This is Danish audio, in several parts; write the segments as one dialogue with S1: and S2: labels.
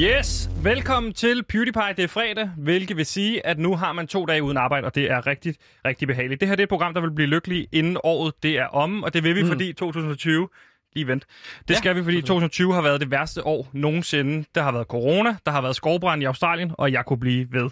S1: Yes, velkommen til PewDiePie. Det er fredag, hvilket vil sige, at nu har man to dage uden arbejde, og det er rigtig, rigtig behageligt. Det her det er et program, der vil blive lykkelig inden året det er om, og det vil vi, mm. fordi 2020... Lige vent. Det ja, skal vi, fordi 2020 har været det værste år nogensinde. Der har været corona, der har været skovbrand i Australien, og jeg kunne blive ved.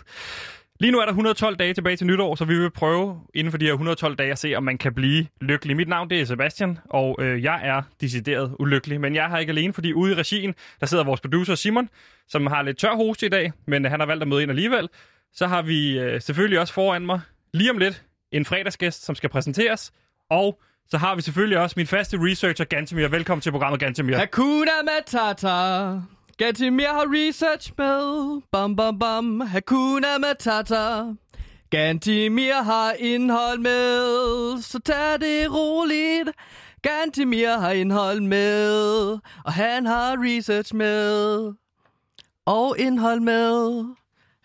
S1: Lige nu er der 112 dage tilbage til nytår, så vi vil prøve inden for de her 112 dage at se, om man kan blive lykkelig. Mit navn det er Sebastian, og øh, jeg er decideret ulykkelig. Men jeg er her ikke alene, fordi ude i regien, der sidder vores producer Simon, som har lidt tør hoste i dag, men han har valgt at møde ind alligevel. Så har vi øh, selvfølgelig også foran mig, lige om lidt, en fredagsgæst, som skal præsenteres. Og så har vi selvfølgelig også min faste researcher, Gantemir. Velkommen til programmet, Gantemir.
S2: Hakuna Matata. Gantimir har research med. Bam, bam, bam. Hakuna Matata. Gantimir har indhold med. Så tag det roligt. Gantimir har indhold med. Og han har research med. Og indhold med.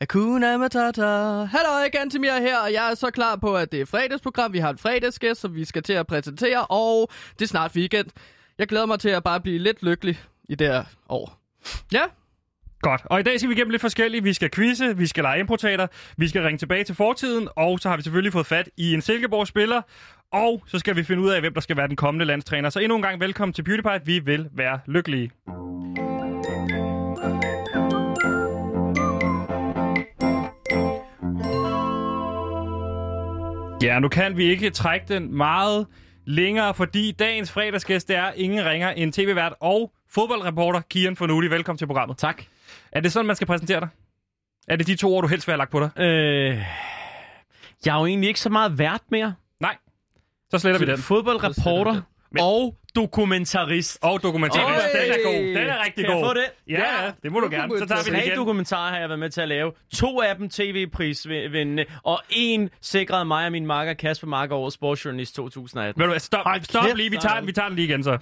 S2: Hakuna Matata. Hallo, Gantimir her, og jeg er så klar på, at det er fredagsprogram. Vi har en fredagsgæst, som vi skal til at præsentere, og det er snart weekend. Jeg glæder mig til at bare blive lidt lykkelig i det her år. Ja,
S1: Godt. Og i dag skal vi igennem lidt forskelligt. Vi skal quizze, vi skal lege importater, vi skal ringe tilbage til fortiden, og så har vi selvfølgelig fået fat i en Silkeborg-spiller, og så skal vi finde ud af, hvem der skal være den kommende landstræner. Så endnu en gang velkommen til PewDiePie. Vi vil være lykkelige. Ja, nu kan vi ikke trække den meget længere, fordi dagens fredagsgæst det er ingen ringer end tv-vært og fodboldreporter Kian Fornuli. Velkommen til programmet.
S3: Tak.
S1: Er det sådan, man skal præsentere dig? Er det de to ord, du helst vil have lagt på dig?
S3: Øh, jeg er jo egentlig ikke så meget vært mere.
S1: Nej. Så sletter vi den.
S3: Fodboldreporter
S1: Men-
S3: og dokumentarist.
S1: Og dokumentaren.
S2: Øj!
S1: Den er god. Den er rigtig
S3: Kan jeg
S1: god.
S3: få det?
S1: Ja, ja, det må du gerne. Så tager vi det
S3: Tre
S1: igen.
S3: dokumentarer har jeg været med til at lave. To af dem tv-prisvindende, og en sikrede mig og min makker Kasper Marker over Sportsjournalist 2018.
S1: Ved du hvad, stop, stop
S3: kæft,
S1: lige. Vi
S3: der
S1: tager,
S3: er-
S1: den, vi tager den lige igen så.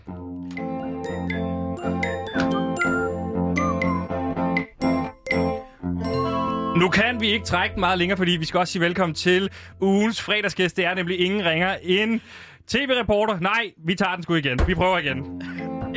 S1: Nu kan vi ikke trække den meget længere, fordi vi skal også sige velkommen til ugens fredagsgæst. Det er nemlig ingen ringer end TV-reporter. Nej, vi tager den sgu igen. Vi prøver igen.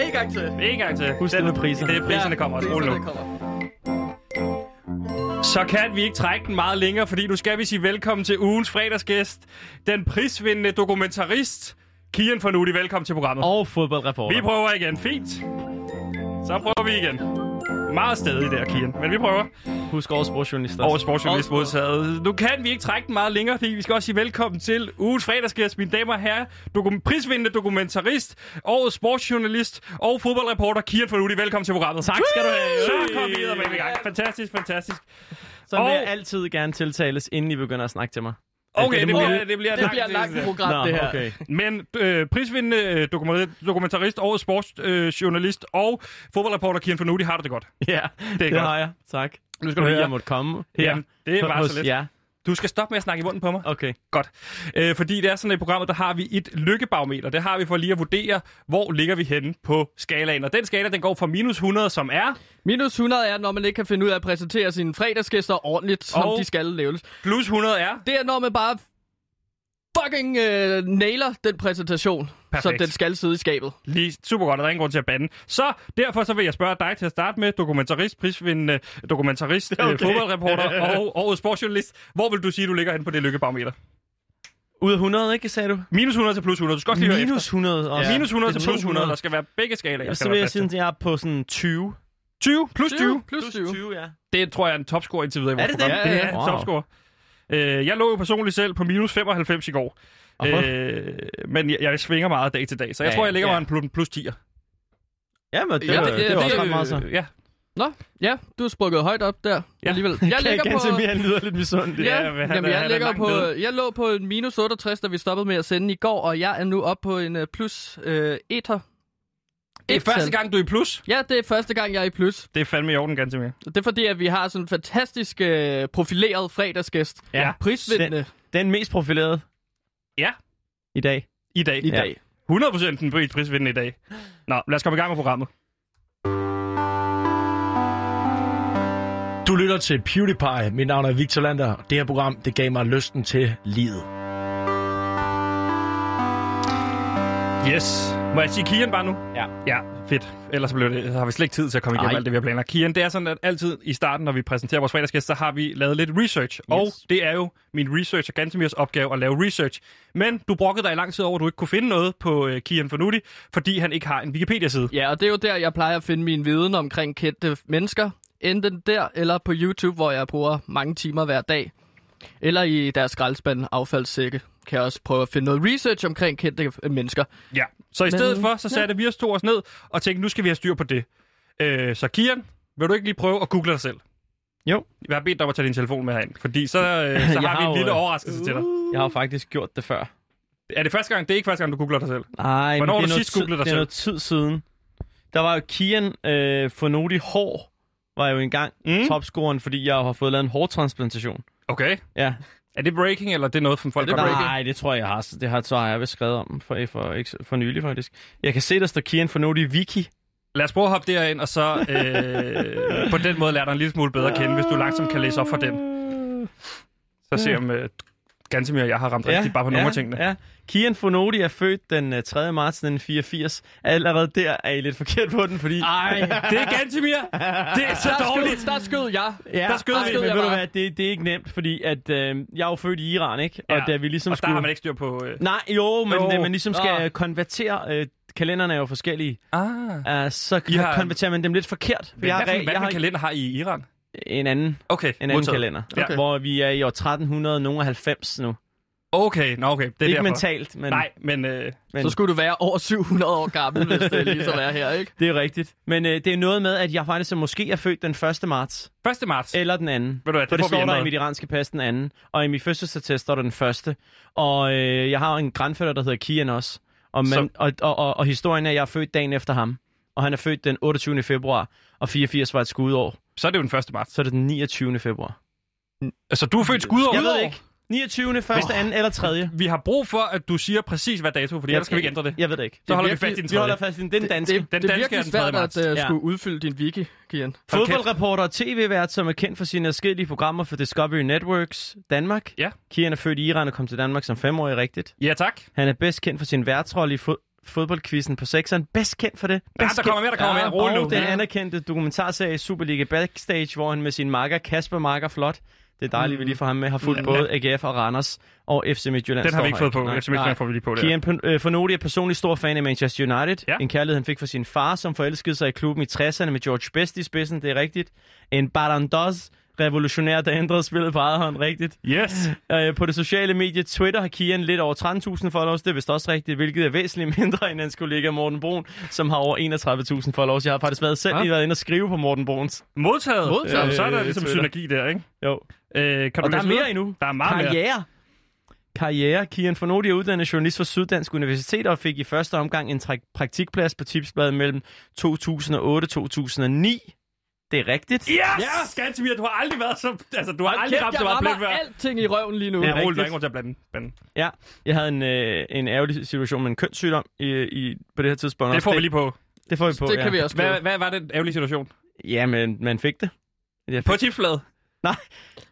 S2: en gang til.
S1: En gang til.
S3: Husk det med priserne.
S1: Det er priserne, der kommer også. Rolig nu.
S2: Priserne kommer.
S1: Så kan vi ikke trække den meget længere, fordi nu skal vi sige velkommen til ugens fredagsgæst, den prisvindende dokumentarist, Kian Fornuti. Velkommen til programmet.
S3: Og fodboldreporter.
S1: Vi prøver igen. Fint. Så prøver vi igen. Meget stedig der, Kian. Men vi prøver.
S3: Husk over Sportsjournalist
S1: Over
S3: også.
S1: sportsjournalist modtaget. Nu kan vi ikke trække den meget længere, fordi vi skal også sige velkommen til ugens fredagsgæst, mine damer og herrer, dokum- prisvindende dokumentarist, årets sportsjournalist og fodboldreporter Kian Fornuti. Velkommen til programmet.
S3: Tak skal du have.
S1: Så kom vi med i gang. Fantastisk, fantastisk.
S3: Som
S1: Og-
S3: jeg altid gerne tiltales, inden I begynder at snakke til mig.
S1: Okay,
S3: det
S1: det,
S3: må-
S1: bliver, det bliver,
S2: Det bliver et langt program, det her.
S3: okay.
S1: Men øh, prisvindende øh, dokumentar- dokumentarist, årets sportsjournalist øh, og fodboldreporter Kian Fornuti har du det godt.
S3: Ja, det,
S1: godt.
S3: det har jeg. Tak.
S1: Nu skal
S3: Skal
S1: du
S3: du
S1: høre.
S3: jeg måtte komme her.
S1: Jamen, det var
S3: hos
S1: så lidt.
S3: jer.
S1: Du skal stoppe med at snakke i munden på mig.
S3: Okay.
S1: Godt. Øh, fordi det er sådan, at i programmet, der har vi et lykkebarometer. Det har vi for lige at vurdere, hvor ligger vi henne på skalaen. Og den skala, den går fra minus 100, som er,
S2: Minus 100 er, når man ikke kan finde ud af at præsentere sine fredagsgæster ordentligt, som
S1: Og-
S2: de skal laves.
S1: plus 100 er,
S2: Det er, når man bare fucking øh, nailer den præsentation,
S1: Perfekt.
S2: som den skal sidde i skabet.
S1: lige super godt, og der er ingen grund til at bande. Så derfor så vil jeg spørge dig til at starte med, dokumentarist, prisvindende dokumentarist, okay. øh, fodboldreporter og årets sportsjournalist. Hvor vil du sige, du ligger henne på det lykkebarometer?
S3: Ud af 100, ikke, sagde du?
S1: Minus 100 til plus 100. Du skal også lige høre
S3: Minus 100 også.
S1: efter. Minus 100 til
S3: Det er
S1: plus 100. Der
S3: 200.
S1: skal være begge skalaer.
S3: Så
S1: skal
S3: vil
S1: være
S3: jeg
S1: plads til.
S3: sige, at jeg er på sådan 20.
S1: 20 plus 20.
S2: Plus 20.
S3: ja.
S1: Det tror jeg er en topscore indtil videre i
S3: Er
S1: vores
S3: det
S1: program.
S3: det?
S1: Det
S2: Ja,
S1: er
S2: ja.
S1: en
S3: Wow.
S1: topscore. Øh, jeg lå jo personligt selv på minus 95 i går.
S3: Aha.
S1: Øh, men jeg, jeg svinger meget dag til dag, så jeg ja,
S3: Ja,
S1: tror, jeg ligger
S3: ja.
S1: mig en plus, plus 10'er.
S3: Ja, men det,
S2: Ja,
S3: ja,
S2: det-
S3: det, det,
S2: det-
S3: var også
S2: det-
S3: ret meget så.
S1: Øh, ja.
S2: Nå, ja, du er sprukket højt op der
S1: Ja.
S2: ja. alligevel. Jeg ligger
S3: kan
S2: på...
S3: jeg han lyder lidt misundelig.
S2: Ja,
S1: Ja, men han
S2: jamen,
S1: er-
S2: jeg,
S1: han er
S2: ligger
S1: langt
S2: på,
S1: nede.
S2: jeg lå på en minus 68, da vi stoppede med at sende i går, og jeg er nu oppe på en uh, plus øh, etter.
S1: Det er
S2: Et-tal.
S1: første gang, du er i plus.
S2: Ja, det er første gang, jeg er i plus.
S1: Det er fandme i orden, ganske mere.
S2: Det er fordi, at vi har sådan en fantastisk øh, profileret fredagsgæst.
S1: Ja.
S2: Prisvindende
S3: Den mest profilerede
S1: Ja,
S3: i dag.
S1: i dag.
S2: i dag.
S1: 100% den pris- prisvindende i dag. Nå, lad os komme i gang med programmet.
S4: Du lytter til PewDiePie. Mit navn er Victor Lander. Det her program, det gav mig lysten til livet.
S1: Yes. Må jeg sige Kian bare nu?
S3: Ja.
S1: Ja, fedt. Ellers så blev det, så har vi slet ikke tid til at komme igennem
S3: Nej.
S1: alt det, vi har planlagt. Kian, det er sådan, at altid i starten, når vi præsenterer vores fredagsgæst, så har vi lavet lidt research. Yes. Og det er jo min research og Gantemirs opgave at lave research. Men du brokkede dig i lang tid over, at du ikke kunne finde noget på øh, Kian Fornuti, fordi han ikke har en Wikipedia-side.
S2: Ja, og det er jo der, jeg plejer at finde min viden omkring kendte mennesker. Enten der eller på YouTube, hvor jeg bruger mange timer hver dag. Eller i deres skraldespand affaldssække kan jeg også prøve at finde noget research omkring kendte øh, mennesker.
S1: Ja. Så i stedet
S2: Men-
S1: for, så satte vi os to os ned og tænkte, nu skal vi have styr på det. Øh, så Kian, vil du ikke lige prøve at google dig selv?
S3: Jo.
S1: Jeg har bedt dig om at tage din telefon med herind, fordi så, øh, så
S3: Jeg
S1: har vi
S3: har
S1: en
S3: jo,
S1: lille
S3: øh,
S1: overraskelse til dig.
S3: Jeg har jo faktisk gjort det før.
S1: Er det første gang? Det er ikke første gang, du googler dig selv.
S3: Nej,
S1: Hvornår har
S3: det
S1: du
S3: er noget
S1: sidst googlet dig
S3: tid, Det
S1: selv?
S3: er noget tid siden. Der var jo Kian øh, Fornoti Hår, var jo engang
S1: Mm.
S3: mm. topscoren, fordi jeg har fået lavet en hårtransplantation.
S1: Okay.
S3: Ja.
S1: Er det breaking, eller er det noget, som folk
S2: Er det
S1: godt kan-
S3: Nej, det tror jeg, jeg har. Det har, så har jeg vist skrevet om for, for, ikke- for nylig, faktisk. Jeg kan se, der står Kian Fornoti Viki.
S1: Lad os prøve at hoppe derind, og så øh, på den måde lærer dig en lille smule bedre at kende, hvis du langsomt kan læse op for den. Så se om øh, Gantemir og jeg har ramt ja, rigtigt bare på nogle af tingene. Ja.
S3: Ja. Kian Fornoti er født den øh, 3. marts 1984. Allerede der er I lidt forkert på den, fordi...
S2: Ej,
S1: Det er Gantemir! Det er så
S2: der
S1: dårligt!
S2: skød, der skød jeg.
S3: Ja, ah,
S1: Der skød
S3: ej,
S1: vi,
S3: men
S2: jeg
S3: ved du
S2: bare.
S3: hvad, det, det er ikke nemt, fordi at, øh, jeg er jo født i Iran, ikke? Og
S1: Ja,
S3: da vi ligesom
S1: Og der
S3: skulle...
S1: har man ikke styr på... Øh...
S3: Nej, jo, men
S1: Jo.
S3: jo. man ligesom skal
S2: Nå.
S3: øh, konvertere... Øh, kalenderne er jo forskellige,
S1: Ah.
S3: uh, så
S1: I har-
S3: har... konverterer man dem lidt forkert.
S1: Hvad,
S3: har
S1: hvad,
S3: re-
S1: hvad
S3: jeg
S1: for
S3: har
S1: en kalender har I i Iran?
S3: en anden,
S1: Okay,
S3: en anden kalender,
S1: Okay.
S3: okay. hvor vi er i år 1390 nu.
S1: Okay, nå okay, det er
S3: ikke
S1: derfor.
S3: mentalt, men
S1: Nej, men... Øh,
S3: Men-
S2: Så skulle du være over 700 år gammel, hvis det lige så er her, ikke?
S3: det er rigtigt. Men øh, det er noget med, at jeg faktisk måske er født den 1. marts,
S1: 1. marts.
S3: eller den anden.
S1: Ved du hvad,
S3: Øh, For
S1: det får
S3: det
S1: vi
S3: står der i
S1: ændret.
S3: mit iranske pas den anden, og i min fødselsattest står der den første. Og øh, jeg har jo en grandfætter, der hedder Kian også. Og,
S1: Så-
S3: man, og, og, og, og historien er, at jeg er født dagen efter ham. Og han er født den 28. februar, og 84 var et skudår.
S1: Så er det jo den 1. marts.
S3: Så er det den 29. februar.
S1: Altså, du er født skudår.
S3: Jeg ved det ikke. 29. 1., 2. eller 3.
S1: Vi har brug for, at du siger præcis, hvad dato, fordi ellers skal vi ikke ændre det.
S3: Jeg ved det ikke.
S1: Så holder vi
S2: virkelig-
S1: fast i den
S3: Vi holder
S1: tredje.
S3: fast i den- den danske.
S2: Det, det, det
S1: danske
S2: er
S1: er
S2: virkelig
S1: den tredje
S2: svært at uh,
S3: marts.
S2: skulle udfylde din wiki, Kian.
S1: Hold kæft.
S3: Fodboldreporter og tv-vært, som er kendt for sine forskellige programmer for Discovery Networks Danmark.
S1: Ja.
S3: Kian er født i Iran og kom til Danmark som femårig rigtigt.
S1: Ja, tak.
S3: Han er bedst kendt for sin værtsrolle i fod- fodboldquizzen på sekseren. Bedst kendt for det. Bedst
S1: Ja, Ah, der kommer mere, der kommer mere. Rolig
S3: og
S1: nu.
S3: den anerkendte dokumentarserie Superliga Backstage, hvor han med sin makker Kasper Marker Flot, det er dejligt, vi lige får ham med, har fulgt både AGF og Randers og FC Midtjylland.
S1: Den har vi ikke fået på.
S3: Nej.
S1: FC Midtjylland får vi lige på der.
S3: Kian Pon- øh, Fornoti er personligt stor fan af Manchester United.
S1: Ja.
S3: Ja. En kærlighed, han fik fra sin far, som forelskede sig i klubben i 60'erne med George Best i spidsen, det er rigtigt. En Barandos revolutionær, der ændrede spillet på eget hånd, rigtigt.
S1: Yes.
S3: Øh, på det sociale medie Twitter har Kian lidt over 13.000 followers, det er vist også rigtigt, hvilket er væsentligt mindre end hans kollega Morten Brun, som har over 31.000 followers. Jeg har faktisk været selv
S2: Ja.
S3: lige været inde og skrive på Morten Bruns.
S1: Modtaget.
S2: Modtaget.
S1: Modtaget. Så er der
S3: Øh,
S1: ligesom
S3: Twitter.
S1: synergi der, ikke?
S3: Jo.
S1: Øh, kan
S3: Og
S1: du
S3: der er
S1: læse
S3: mere
S1: videre?
S3: endnu.
S1: Der er meget mere.
S3: Karriere. Karriere. Kian Fornoti er uddannet journalist fra Syddansk Universitet og fik i første omgang en trak- praktikplads på Tipsbladet mellem 2008 og 2009. Det er rigtigt.
S1: Yes! Ja, Skantimir, du har aldrig været så... Altså, du har aldrig
S2: Kæft,
S1: ramt
S2: jeg
S1: så meget blæk
S2: rammer
S1: før.
S2: alting i røven lige nu.
S1: Ja, rolig, du
S3: rigtigt.
S1: har ikke grund til at blande. blande.
S3: Ja. Jeg havde en, øh, en ærgerlig situation med en kønssygdom i, i, på det her tidspunkt.
S1: Det
S3: også.
S1: får vi lige på.
S3: det, får vi på,
S2: det
S3: ja.
S2: kan vi også
S1: Hvad,
S2: skrive.
S1: hvad var den ærgerlige situation?
S3: Ja, men man fik det. Jeg
S1: På
S3: fik,
S1: tipsbladet.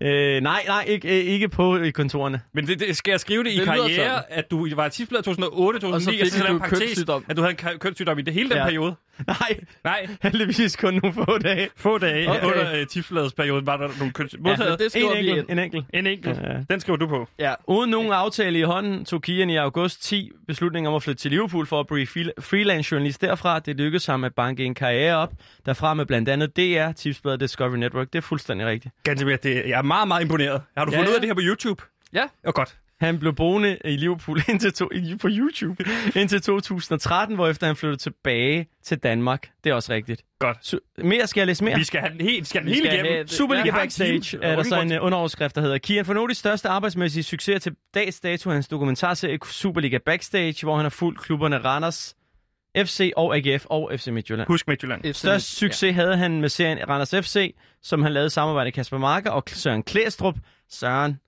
S3: øh, nej, nej, ikke, øh, ikke på i kontorerne.
S1: Men det, det, skal jeg skrive det i
S2: Det lyder
S1: karriere, at du var i tipsbladet 2008, 2009,
S2: Og så fik
S1: lave
S2: du
S1: en parentes,
S2: kønssygdom.
S1: At du havde en kø- kønssygdom i det hele den
S3: Ja.
S1: periode.
S3: Nej,
S1: Nej,
S3: heldigvis kun nogle få dage.
S1: få dage
S3: Okay.
S1: under uh, tipsbladets periode var der nogle køns...
S2: Ja,
S1: Modtaget.
S2: men det skriver
S3: En
S2: vi ind.
S3: enkelt, en enkelt.
S1: En enkelt.
S3: Ja.
S1: Den skriver du på.
S2: Ja.
S3: Uden nogen aftale i hånden tog Kian i august 10 beslutningen om at flytte til Liverpool for at blive fil- freelance journalist derfra. Det lykkedes ham at banke en karriere op, derfra med blandt andet DR, Tipsbladet Discovery Network. Det er fuldstændig rigtigt.
S1: Gantemir, det, jeg er meget, meget imponeret. Har du
S3: Ja,
S1: fundet ud
S3: ja.
S1: af det her på YouTube?
S2: Ja.
S1: Ja, godt.
S3: Han blev boende i Liverpool indtil to, i- på YouTube indtil 2013, hvorefter han flyttede tilbage til Danmark. Det er også rigtigt.
S1: Godt.
S3: Su- mere skal jeg læse mere?
S1: Vi skal have den helt, skal den
S2: Vi
S1: helt
S2: skal
S1: igennem.
S2: have det.
S3: Superliga
S1: Vi har en
S3: Backstage
S1: time.
S3: er der så en
S1: Rundbold.
S3: øh, underoverskrift, der hedder Kian Fornotis største arbejdsmæssige succes er til dags dato er hans dokumentarserie Superliga Backstage, hvor han har fulgt klubberne Randers, FC og AGF og FC Midtjylland.
S1: øh, Husk Midtjylland.
S2: Absolut.
S3: Størst succes havde han med serien Randers FC, som han lavede i samarbejde med Kasper Marker og Søren Klæstrup. Søren.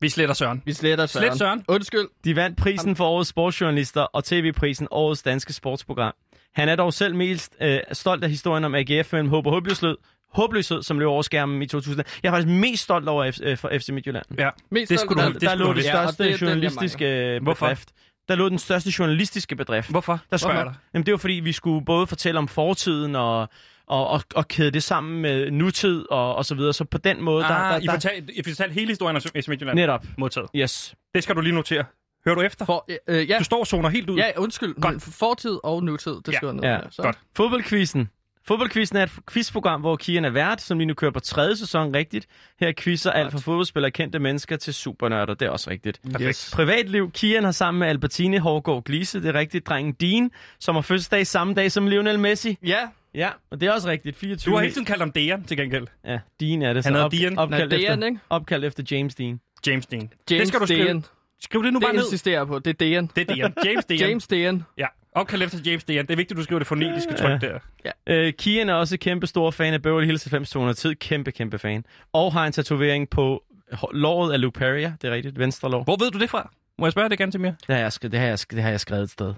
S1: Vi sletter Søren.
S2: Ja. Vi sletter Søren.
S1: Slet Søren.
S2: Undskyld.
S3: De vandt prisen for årets sportsjournalister og tv-prisen årets danske sportsprogram. Han er dog selv mest øh, stolt af historien om AGF mellem håb og håbløshed, håbløshed, som løb over skærmen i 2000. Jeg er faktisk mest stolt over F- øh, for FC Midtjylland.
S1: Ja.
S2: Mest
S1: Det
S2: stolt
S1: skulle
S2: af
S1: du-
S2: dig.
S1: det
S3: der lå
S1: skulle
S3: det
S1: vi-
S2: Ja, og
S3: største
S2: det
S3: det
S2: er den, jeg
S3: journalistiske øh,
S1: Hvorfor?
S3: bedrift. der lå den største journalistiske bedrift.
S1: Hvorfor?
S3: Der spørger
S1: Hvorfor?
S3: jeg dig. Jamen, det var fordi, vi skulle både fortælle om fortiden og, og, og, og kæde det sammen med nutid og, og så videre. Så på den måde, der, der,
S1: Ah, I
S3: der,
S1: fortalte, I fortalte hele historien om FC Midtjylland
S3: netop,
S1: modtaget.
S3: yes.
S1: Det skal du lige notere. Hører du efter?
S2: For, øh, ja,
S1: Du står og zoner helt ud.
S2: ja, undskyld.
S1: Godt.
S2: Fortid og nutid,
S1: Ja,
S2: det skriver jeg ned.
S3: ja,
S2: her, så.
S1: godt.
S3: Fodboldquizzen. Fodboldquizzen er et quizprogram, hvor Kian er vært, som lige nu kører på tredje sæson rigtigt. Her quizzer alt fra fodboldspillere og kendte mennesker til supernørder, det er også rigtigt.
S2: Yes.
S3: Privatliv. Kian har sammen med Albertine Hårgaard Glise, det er rigtigt, drengen Dean, som har fødselsdag samme dag som Lionel Messi.
S2: Ja,
S3: Ja, og det er også rigtigt. 24.
S1: Du har hele tiden kaldt ham Dejan til gengæld.
S3: Ja, Dean er det.
S1: Han hedder Dean.
S3: Opkaldt,
S2: Nej, Dean,
S3: efter,
S2: ikke?
S3: opkaldt efter James Dean.
S1: James Dean. det
S2: James
S1: skal du skrive.
S2: Dean.
S1: Skriv det nu bare
S2: Det
S1: ned.
S2: insisterer jeg på. Det er Dejan.
S1: Det er Dejan. James Dejan.
S2: James Dejan.
S1: Ja. Opkald efter James Dejan. Det er vigtigt, du skriver det fonetiske tryk der.
S3: Øh, Kian er også kæmpe stor fan af Beverly Hills 90210. Tid. Kæmpe, kæmpe fan. Og har en tatovering på hå- låret af Luke Perry, ja, det er rigtigt, venstre lår.
S1: Hvor ved du det fra? Må jeg spørge det gerne til mere?
S3: Det har jeg, sk- det har jeg, sk- det har jeg skrevet et sted.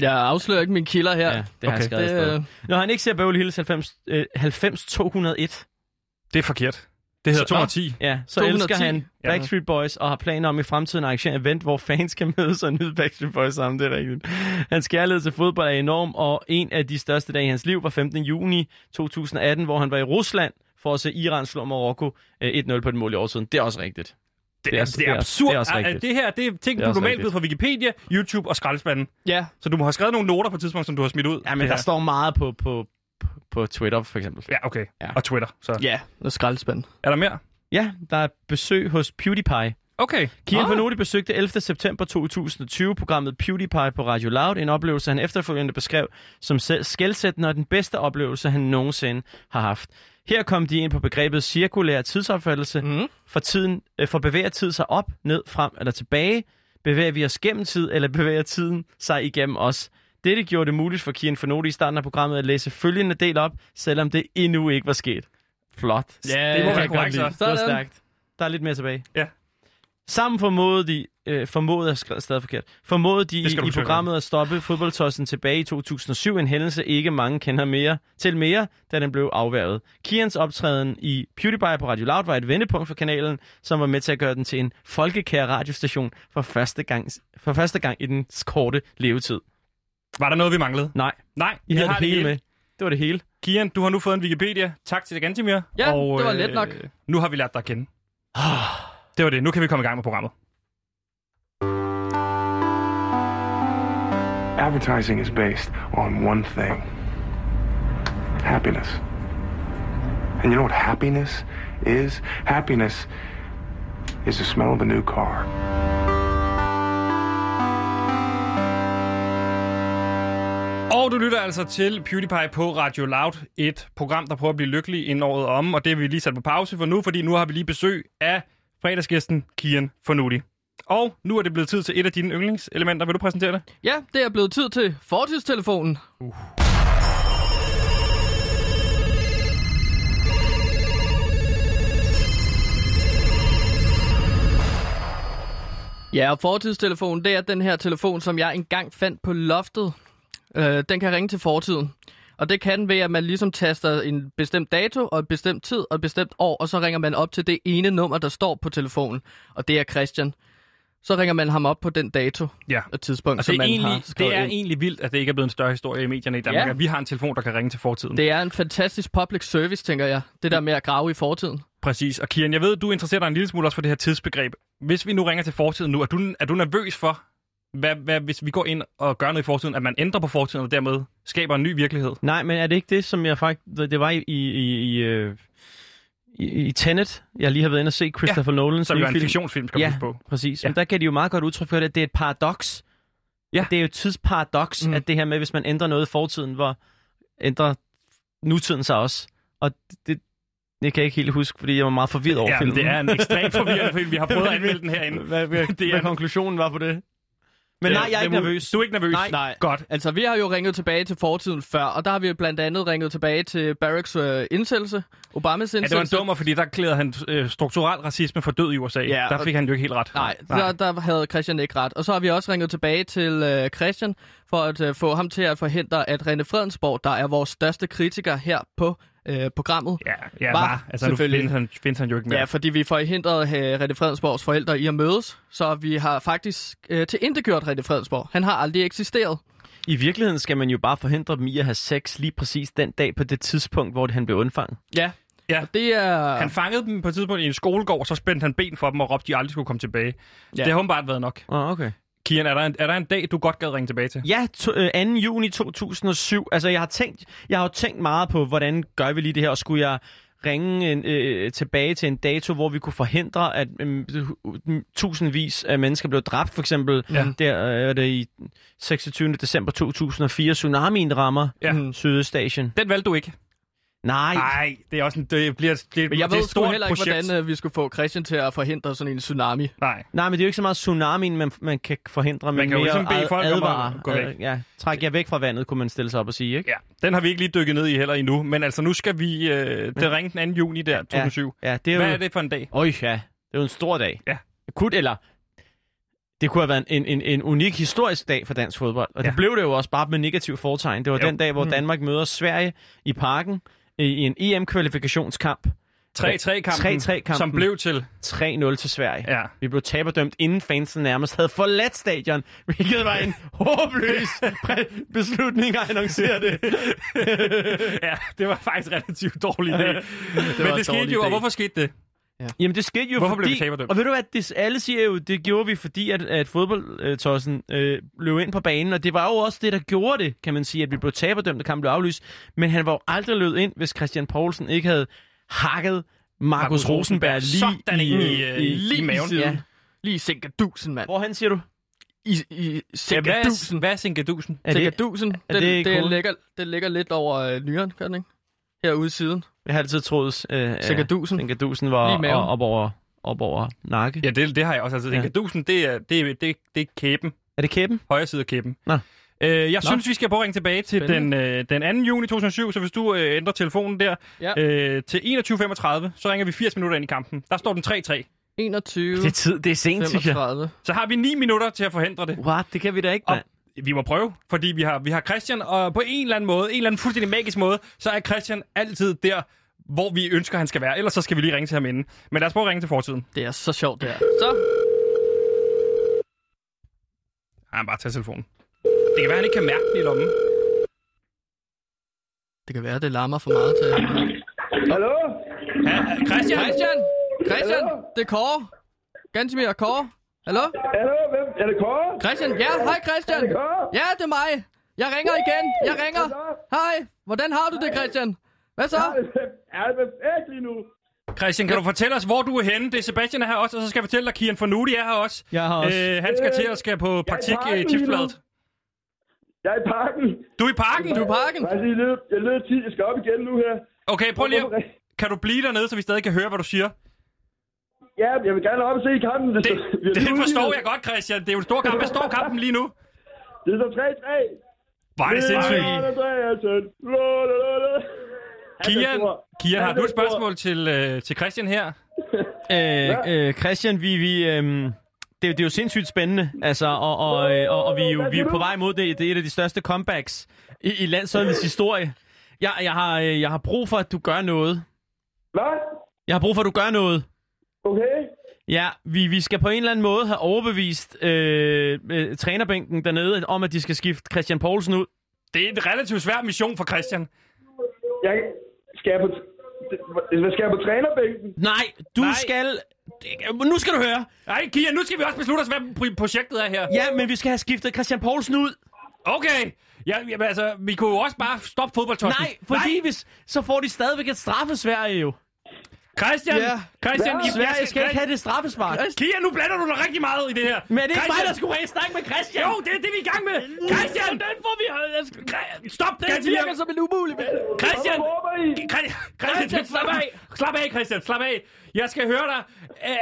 S2: Jeg afslører ikke mine kilder her.
S3: Ja, det har
S1: okay.
S3: jeg skrevet et
S2: Det,
S3: sted.
S2: øh,
S3: Når han ikke ser Beverly Hills 90, øh, 90 201,
S1: Det er forkert. Det hedder
S3: Så-
S1: 210.
S3: ja, så
S2: 210.
S3: elsker han
S1: Ja.
S3: Backstreet Boys og har planer om i fremtiden at arrangere et event, hvor fans kan mødes og nyde Backstreet Boys sammen. Det er rigtigt. Hans kærlighed til fodbold er enorm, og en af de største dage i hans liv var 15. juni 2018, hvor han var i Rusland for at se Iran slå Marokko øh, 1-0 på den mål i årsiden. Det er også rigtigt.
S1: Det,
S3: Det
S1: er,
S3: er-
S1: det
S3: det
S1: er
S3: er-
S1: absurd.
S3: det er også
S1: Ah, ah,
S3: rigtigt.
S1: det her, det er ting,
S3: Det er
S1: du
S3: også
S1: normalt
S3: rigtigt.
S1: ved fra Wikipedia, YouTube og skraldespanden.
S2: øh, ja.
S1: Så du må have skrevet nogle noter på et tidspunkt, som du har smidt ud.
S3: Ja,
S1: Det
S3: men der
S1: her.
S3: står meget på, på, på, på Twitter, for eksempel.
S1: Ja, okay.
S3: Ja.
S1: Og Twitter. Så.
S2: Ja, noget skraldespand.
S1: Er der mere?
S3: Ja, der er besøg hos PewDiePie.
S1: Okay.
S3: Kian
S2: Ah.
S3: oh. Fornoti besøgte 11. september 2020 programmet PewDiePie på Radio Loud, en oplevelse, han efterfølgende beskrev som selv skældsættende og den bedste oplevelse, han nogensinde har haft. Her kom de ind på begrebet cirkulær tidsopfattelse,
S2: Mm.
S3: for, tiden, øh, for bevæger tid sig op, ned, frem eller tilbage? Bevæger vi os gennem tid, eller bevæger tiden sig igennem os? Dette gjorde det muligt for Kian Fornoti i starten af programmet at læse følgende del op, selvom det endnu ikke var sket. Flot.
S2: Ja,
S1: det må
S2: ja,
S1: være
S2: ja.
S1: korrekt, så.
S3: Det var
S2: Sådan.
S3: stærkt. Der er lidt mere tilbage.
S1: Ja.
S3: Sammen formåede de, øh, formåede jeg skrev stadig forkert, formåede de
S1: Det skal du
S3: i
S1: søge
S3: programmet at stoppe fodboldtossen tilbage i 2007, en hændelse ikke mange kender mere til mere, da den blev afværget. Kians optræden i PewDiePie på Radio Loud var et vendepunkt for kanalen, som var med til at gøre den til en folkekær radiostation for første gang, for første gang i den korte levetid.
S1: Var der noget, vi manglede?
S3: Nej,
S1: Nej,
S3: I havde det hele med. Det var det hele.
S1: Kian, du har nu fået en Wikipedia. Tak til dig, Gantimir.
S2: Ja,
S1: og,
S2: det var
S1: øh,
S2: let nok.
S1: Nu har vi lært dig at kende.
S3: Ah.
S1: Det var det. Nu kan vi komme i gang med programmet.
S5: Advertising is based on one thing happiness. And you know what happiness is? Happiness is the smell of a new car.
S1: Og du lytter altså til PewDiePie på Radio Loud, et program, der prøver at blive lykkelig inden året er om, og det har vi lige sat på pause for nu, fordi nu har vi lige besøg af fredagsgæsten Kian Fornuti. Og nu er det blevet tid til et af dine yndlingselementer. Vil du præsentere det?
S2: Ja, det er blevet tid til fortidstelefonen. Ja, og fortidstelefonen, det er den her telefon, som jeg engang fandt på loftet. Øh, den kan ringe til fortiden. Og det kan den ved, at man ligesom taster en bestemt dato og et bestemt tid og et bestemt år, og så ringer man op til det ene nummer, der står på telefonen, og det er Christian. Så ringer man ham op på den dato
S1: Ja.
S2: og tidspunkt,
S1: Og
S2: som
S1: det er,
S2: Altså, man har
S1: egentlig,
S2: skrevet
S1: det er
S2: ind.
S1: egentlig vildt, at det ikke er blevet en større historie i medierne i Danmark.
S2: Ja.
S1: Ja. Vi har en telefon, der kan ringe til fortiden. Det.
S2: Det er en fantastisk public service, tænker jeg. Det der med at grave i fortiden.
S1: Præcis. Og Kian, jeg ved, du interesserer dig en lille smule også for det her tidsbegreb. Hvis vi nu ringer til fortiden nu, er du, er du nervøs for, hvad, hvad, hvis vi går ind og gør noget i fortiden, at man ændrer på fortiden og dermed skaber en ny virkelighed?
S3: Nej, men er det ikke det, som jeg faktisk... Det var i, i, i, i, øh, i, i Tenet, jeg lige har været inde og se Christopher ja, Nolans
S1: Som
S3: nye
S1: jo er en
S3: film.
S1: fiktionsfilm, skal man
S3: Ja,
S1: huske på.
S3: præcis.
S1: Ja.
S3: Ja. Men der kan de jo meget godt udtrykke for det, at det er et paradoks.
S1: Ja.
S3: At Det er jo et tidsparadoks,
S2: Mm.
S3: mm. at det her med, hvis man ændrer noget i fortiden, hvor ændrer nutiden sig også. Og det, det kan jeg ikke helt huske, fordi jeg var meget forvirret over
S1: Ja, men
S3: filmen.
S1: det er en ekstremt forvirrende film. Vi har prøvet at anmelde den herinde.
S3: Hvad, hvad,
S1: Det er-
S3: det er... hvad konklusionen var på det? Men nej, jeg er ikke
S1: Hvem-
S3: nervøs.
S1: Du er ikke nervøs?
S3: Nej.
S2: Nej.
S1: Godt.
S2: Altså, vi har jo ringet tilbage til fortiden før, og der har vi blandt andet ringet tilbage til Barracks øh, indsættelse, Obamas
S1: Ja, det var en
S2: indsættelse.
S1: dummer, fordi der klærede han øh, strukturel racisme for død i USA.
S2: Ja,
S1: der
S2: og-
S1: fik han jo ikke helt ret.
S2: Nej, der, der havde Christian ikke ret. Og så har vi også ringet tilbage til øh, Christian for at øh, få ham til at forhindre, at René Fredensborg, der er vores største kritiker her på øh, programmet.
S1: Ja, ja
S2: Var,
S1: var, var. Altså, nu
S2: selvfølgelig.
S1: findes han, findes han jo ikke mere.
S2: Ja, fordi vi forhindrede øh, Rette Fredensborgs forældre i at mødes, så vi har faktisk øh, tilindegjort Rette Fredensborg. Han har aldrig eksisteret.
S3: I virkeligheden skal man jo bare forhindre dem i at have sex lige præcis den dag på det tidspunkt, hvor han blev undfanget.
S2: Ja,
S1: Ja.
S2: Og det er...
S1: Han fangede dem på et tidspunkt i en skolegård, og så spændte han ben for dem og råbte, at de aldrig skulle komme tilbage.
S2: Ja.
S1: Ja. Det har åbenbart været nok.
S3: Åh, oh, okay.
S1: Kian, er der, en, er der en dag, du godt gad ringe tilbage til?
S3: Ja, to, øh, 2. juni 2007. Altså, jeg har tænkt, jeg har jo tænkt meget på, hvordan gør vi lige det her, og skulle jeg ringe en, øh, tilbage til en dato, hvor vi kunne forhindre, at øh, tusindvis af mennesker blev dræbt, for eksempel ja.
S1: Ja.
S3: der øh, er det i 26. december 2004, tsunamien rammer
S1: Ja.
S2: Mm.
S3: ja. Sydøstasien.
S1: Den valgte du ikke.
S3: Nej,
S1: Nej, det er også en, det bliver det,
S2: Men jeg
S1: det er
S2: ved
S1: et
S2: sgu
S1: stort
S2: heller ikke,
S1: projekt.
S2: hvordan øh, vi skulle få Christian til at forhindre sådan en tsunami.
S1: Nej.
S3: nej, men det er jo ikke så meget tsunamien, man, man kan forhindre, men
S1: Man kan jo
S3: mere
S1: ligesom bede
S3: ad-
S1: folk om at
S3: advare.
S1: gå væk.
S3: Øh, Ja, træk jer væk fra vandet, kunne man stille sig op og sige, ikke?
S1: Ja, den har vi ikke lige dykket ned i heller endnu. Men altså, nu skal vi... Øh, det ringe den 2. juni der, 2007.
S3: Ja, ja det er
S1: Ja.
S3: jo...
S1: Hvad er det for en dag?
S3: Øj, ja. Det er jo en stor dag.
S1: Ja.
S3: Det kunne, eller det kunne have været en, en, en unik historisk dag for dansk fodbold. Og ja.
S1: Ja.
S3: det blev det jo også bare med negativ foretegn. Det var
S1: Jo. Mm.
S3: den dag, hvor Danmark møder Sverige i parken i i en EM-kvalifikationskamp.
S1: 3-3-kampen,
S3: 3-3-kampen.
S1: som blev til...
S3: 3-0 til Sverige.
S1: Ja.
S3: Vi blev taberdømt, inden fansen nærmest havde forladt stadion, hvilket var en håbløs præ- beslutning at annoncere det.
S1: ja, det var faktisk relativt dårlig idé. det
S2: var
S1: men
S2: en
S1: det skete
S2: dårlig
S1: jo, og
S2: idé.
S1: hvorfor skete det?
S3: Jamen det skete jo
S1: Hvorfor blev
S3: fordi...
S1: vi taberdømt?
S3: Og ved du hvad, det, alle siger jo, det gjorde vi fordi, at, at fodboldtossen øh, løb ind på banen. Og det var jo også det, der gjorde det, kan man sige, at vi blev taberdømt, og kampen blev aflyst. Men han var jo aldrig løbet ind, hvis Christian Poulsen ikke havde hakket Markus
S1: Markus Rosenberg
S3: Rosenberg
S1: sådan
S3: lige
S1: i, øh, lige i maven.
S3: Ja.
S2: Lige sænker dusen, mand.
S3: Hvorhen siger du?
S2: I, i
S1: Ja,
S2: sænker
S1: hvad, er,
S2: dusen.
S1: hvad er Sinkadusen?
S3: Er
S2: Sænker
S3: det,
S2: dusen. Den,
S3: er det
S2: det,
S3: ikke
S2: det,
S3: cool?
S2: ligger, det ligger lidt over øh, nyeren, gør den ikke? Herude i siden.
S3: jeg har altid troet, øh, øh,
S2: Sænker dusen.
S3: Sinkadusen
S2: Lige
S3: var
S2: i maven.
S3: op over, op over nakke.
S1: Ja, det, det har jeg også altid.
S3: Ja.
S1: Sinkadusen, det er, det, er- det, det er kæben.
S3: Er det kæben?
S1: højre side af kæppen.
S3: Nå.
S1: Øh, jeg synes, vi skal prøve at ringe tilbage til den,
S2: Spændende.
S1: øh, den 2. juni 2007, så hvis du øh, ændrer telefonen der
S2: Ja.
S1: øh, til 21.35, så ringer vi 80 minutter ind i kampen. Der står den 3-3.
S2: 21,
S3: Det er, tid, det er sent, synes jeg.
S2: 35.
S1: Så har vi 9 minutter til at forhindre det.
S3: What? Det kan vi da ikke,
S1: Og
S3: mand.
S1: vi må prøve, fordi vi har, vi har Christian, og på en eller anden måde, en eller anden fuldstændig magisk måde, så er Christian altid der, hvor vi ønsker, han skal være. Ellers så skal vi lige ringe til ham inden. Men lad os prøve at ringe til fortiden.
S2: Det er så sjovt, det her. Så,
S1: Ej, Ah, han bare tager telefonen. Det kan være, han ikke kan mærke den i lommen.
S2: det kan være, det larmer for meget til.
S6: Hallo?
S1: Ja, Christian!
S2: Christian! Christian!
S6: Hallo?
S2: Det er Kåre. Gantimir, Kåre. Hallo?
S6: Hallo? Hvem? Er det Kåre?
S2: Christian? Ja, hej Christian!
S6: Er det Kåre?
S2: Ja, det er mig. Jeg ringer igen. Jeg ringer. Hej. Hvordan har du det, Christian? Hvad så?
S6: Er det perfekt lige nu?
S1: Christian, kan du fortælle os, hvor du er henne? Det er Sebastian er her også, og så skal jeg fortælle dig, Kian Fornudi er her også.
S3: Jeg er her også.
S1: Øh, han skal til og skal på praktik
S6: parken
S1: i
S6: lige
S1: tipsbladet.
S6: Jeg er i parken.
S1: Du er i parken?
S2: Du er i parken?
S6: Jeg er lige løbet, jeg løb tid. Jeg skal op igen nu her.
S1: Okay, prøv lige at... Kan du blive dernede, så vi stadig kan høre, hvad du siger?
S6: Ja, jeg vil gerne op og se kampen. Det,
S1: Det,
S6: vi har
S1: det
S6: lige
S1: forstår
S6: udlignet.
S1: jeg godt, Christian. Det er jo en stor kamp. Hvad står kampen lige nu?
S6: Det står 3-3.
S1: Var det sindssygt? Kian, Kian, har du et spørgsmål til, øh, til Christian her?
S3: Øh, øh, Christian, vi, vi, øhm, det, det er jo sindssygt spændende, altså, og, og, øh, og, og vi, er jo, vi er på vej mod det. Det er et af de største comebacks i, i landsholdets historie. Jeg, jeg, har, øh, jeg har brug for, at du gør noget.
S6: Hvad?
S3: Jeg har brug for, at du gør noget.
S6: Okay.
S3: Ja, vi, vi skal på en eller anden måde have overbevist øh, øh, trænerbænken dernede om, at de skal skifte Christian Poulsen ud.
S1: Det er en relativt svær mission for Christian.
S6: Jeg, skal jeg på... Hvad skal jeg på trænerbænken?
S3: Nej, du
S1: Nej.
S3: Nej. skal... det- Nu skal du høre.
S1: Nej, Kian, nu skal vi også beslutte os, hvad pro- projektet er her.
S3: Ja, men vi skal have skiftet Christian Poulsen ud.
S1: Okay. Ja, jamen, altså, vi kunne jo også bare stoppe fodboldtossen.
S3: Nej, fordi Nej. Hvis, så får de stadigvæk et straffe Sverige jo.
S1: Christian,
S2: Ja.
S1: Christian, I
S3: Sverige skal ikke have det straffespark.
S1: Kia, nu blander du dig rigtig meget i det her.
S3: Men er det ikke mig,
S1: Christian-
S3: der skulle have en snak med Christian?
S1: Jo, det er det, vi er i gang med. Christian! Den får vi... Stop, den
S2: Det virker som en umulig mand.
S1: Christian!
S6: Hvad håber I?
S1: Christian, Christian, slap af. Slap af, Christian, slap af. Jeg skal høre dig.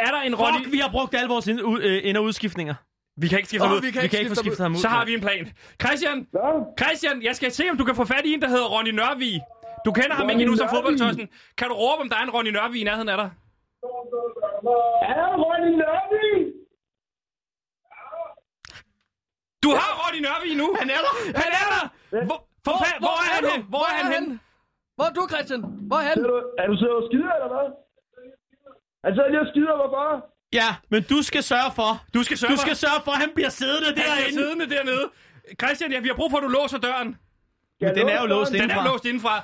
S1: Er der en Ronny...
S3: Fuck, vi har brugt alle vores ind, u- øh, ind- og udskiftninger.
S1: vi kan ikke skifte ham ud.
S3: Vi kan ikke få skiftet ham ud.
S1: Så har vi en plan. Christian,
S6: Hvad?
S1: Christian, jeg skal se, om du kan få fat i en, der hedder Ronny Nørvig. Du kender ham
S6: Ronny
S1: ikke endnu som
S6: Nørvig?
S1: fodboldtossen. Kan du råbe, om der er en Ronny Nørvig i nærheden af dig?
S6: Er der Ronny Nørby?
S1: Du har Ronny Nørvig nu. Han er der. Han er der. Hvor, for fa- hvor, er han? henne? Hvor er han? henne?
S2: Hvor er du, Christian? Hvor er han?
S6: Er du, er du sidder og skider, eller hvad? Han sidder lige og skider, hvorfor?
S3: Ja, men du skal sørge for.
S1: Du skal sørge
S3: Du skal sørge for, at han bliver siddende
S1: for, at
S3: derinde.
S1: siddende dernede. Christian, ja, vi har brug for, at du låser døren.
S6: Skal
S3: Men
S6: jeg
S3: den
S6: låse
S3: er jo
S6: døren?
S3: låst
S1: Den er
S3: indenfra.
S1: låst indenfra.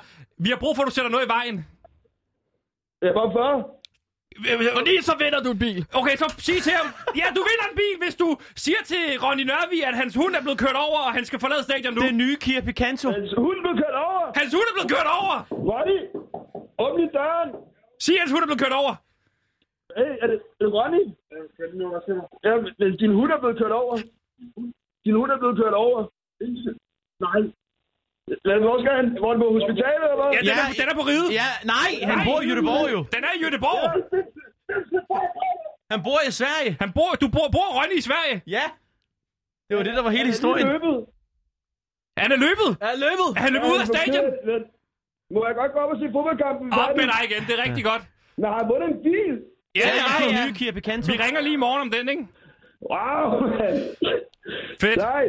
S1: Vi har brug for, at du sætter noget i vejen.
S6: Ja, hvorfor?
S2: Fordi så vinder du en bil.
S1: Okay, så sig til ham. Ja, du vinder en bil, hvis du siger til Ronny Nørvi, at hans hund er blevet kørt over, og han skal forlade stadion nu.
S3: Det nye Kia Picanto.
S6: Hans hund Altså, blev kørt over.
S1: Hans hund er blevet kørt over!
S6: Ronny, åbn i døren.
S1: Sig, at hans hund er blevet kørt over.
S6: Hey, er det, er det Ronny? Ja, men din hund er blevet kørt over. Din hund er blevet kørt over. Nej. Lad os, hvor skal han? Hvor er det på hospitalet, eller hvad?
S1: Ja, den,
S3: Ja,
S1: er, den er på ride.
S3: Ja, nej, han
S1: Nej.
S3: bor i Göteborg jo.
S1: Den er i Göteborg.
S3: Han bor i Sverige.
S1: Han bor, du bor, bor Ronny i Sverige.
S3: Ja. Det var det, der var hele historien.
S6: Han er lige løbet.
S1: Han er løbet.
S2: Er jeg løbet?
S1: Han er løbet ud af stadion.
S6: Men Må jeg godt gå op og se fodboldkampen?
S1: Op med dig igen, det er rigtig godt.
S6: Men har han vundet en bil?
S1: Ja,
S3: Ja,
S1: ja,
S3: ja,
S1: ja.
S3: nye Kia Picanto.
S1: Vi ringer lige i morgen om den, ikke?
S6: Wow, mand.
S1: Fedt.
S6: Nej.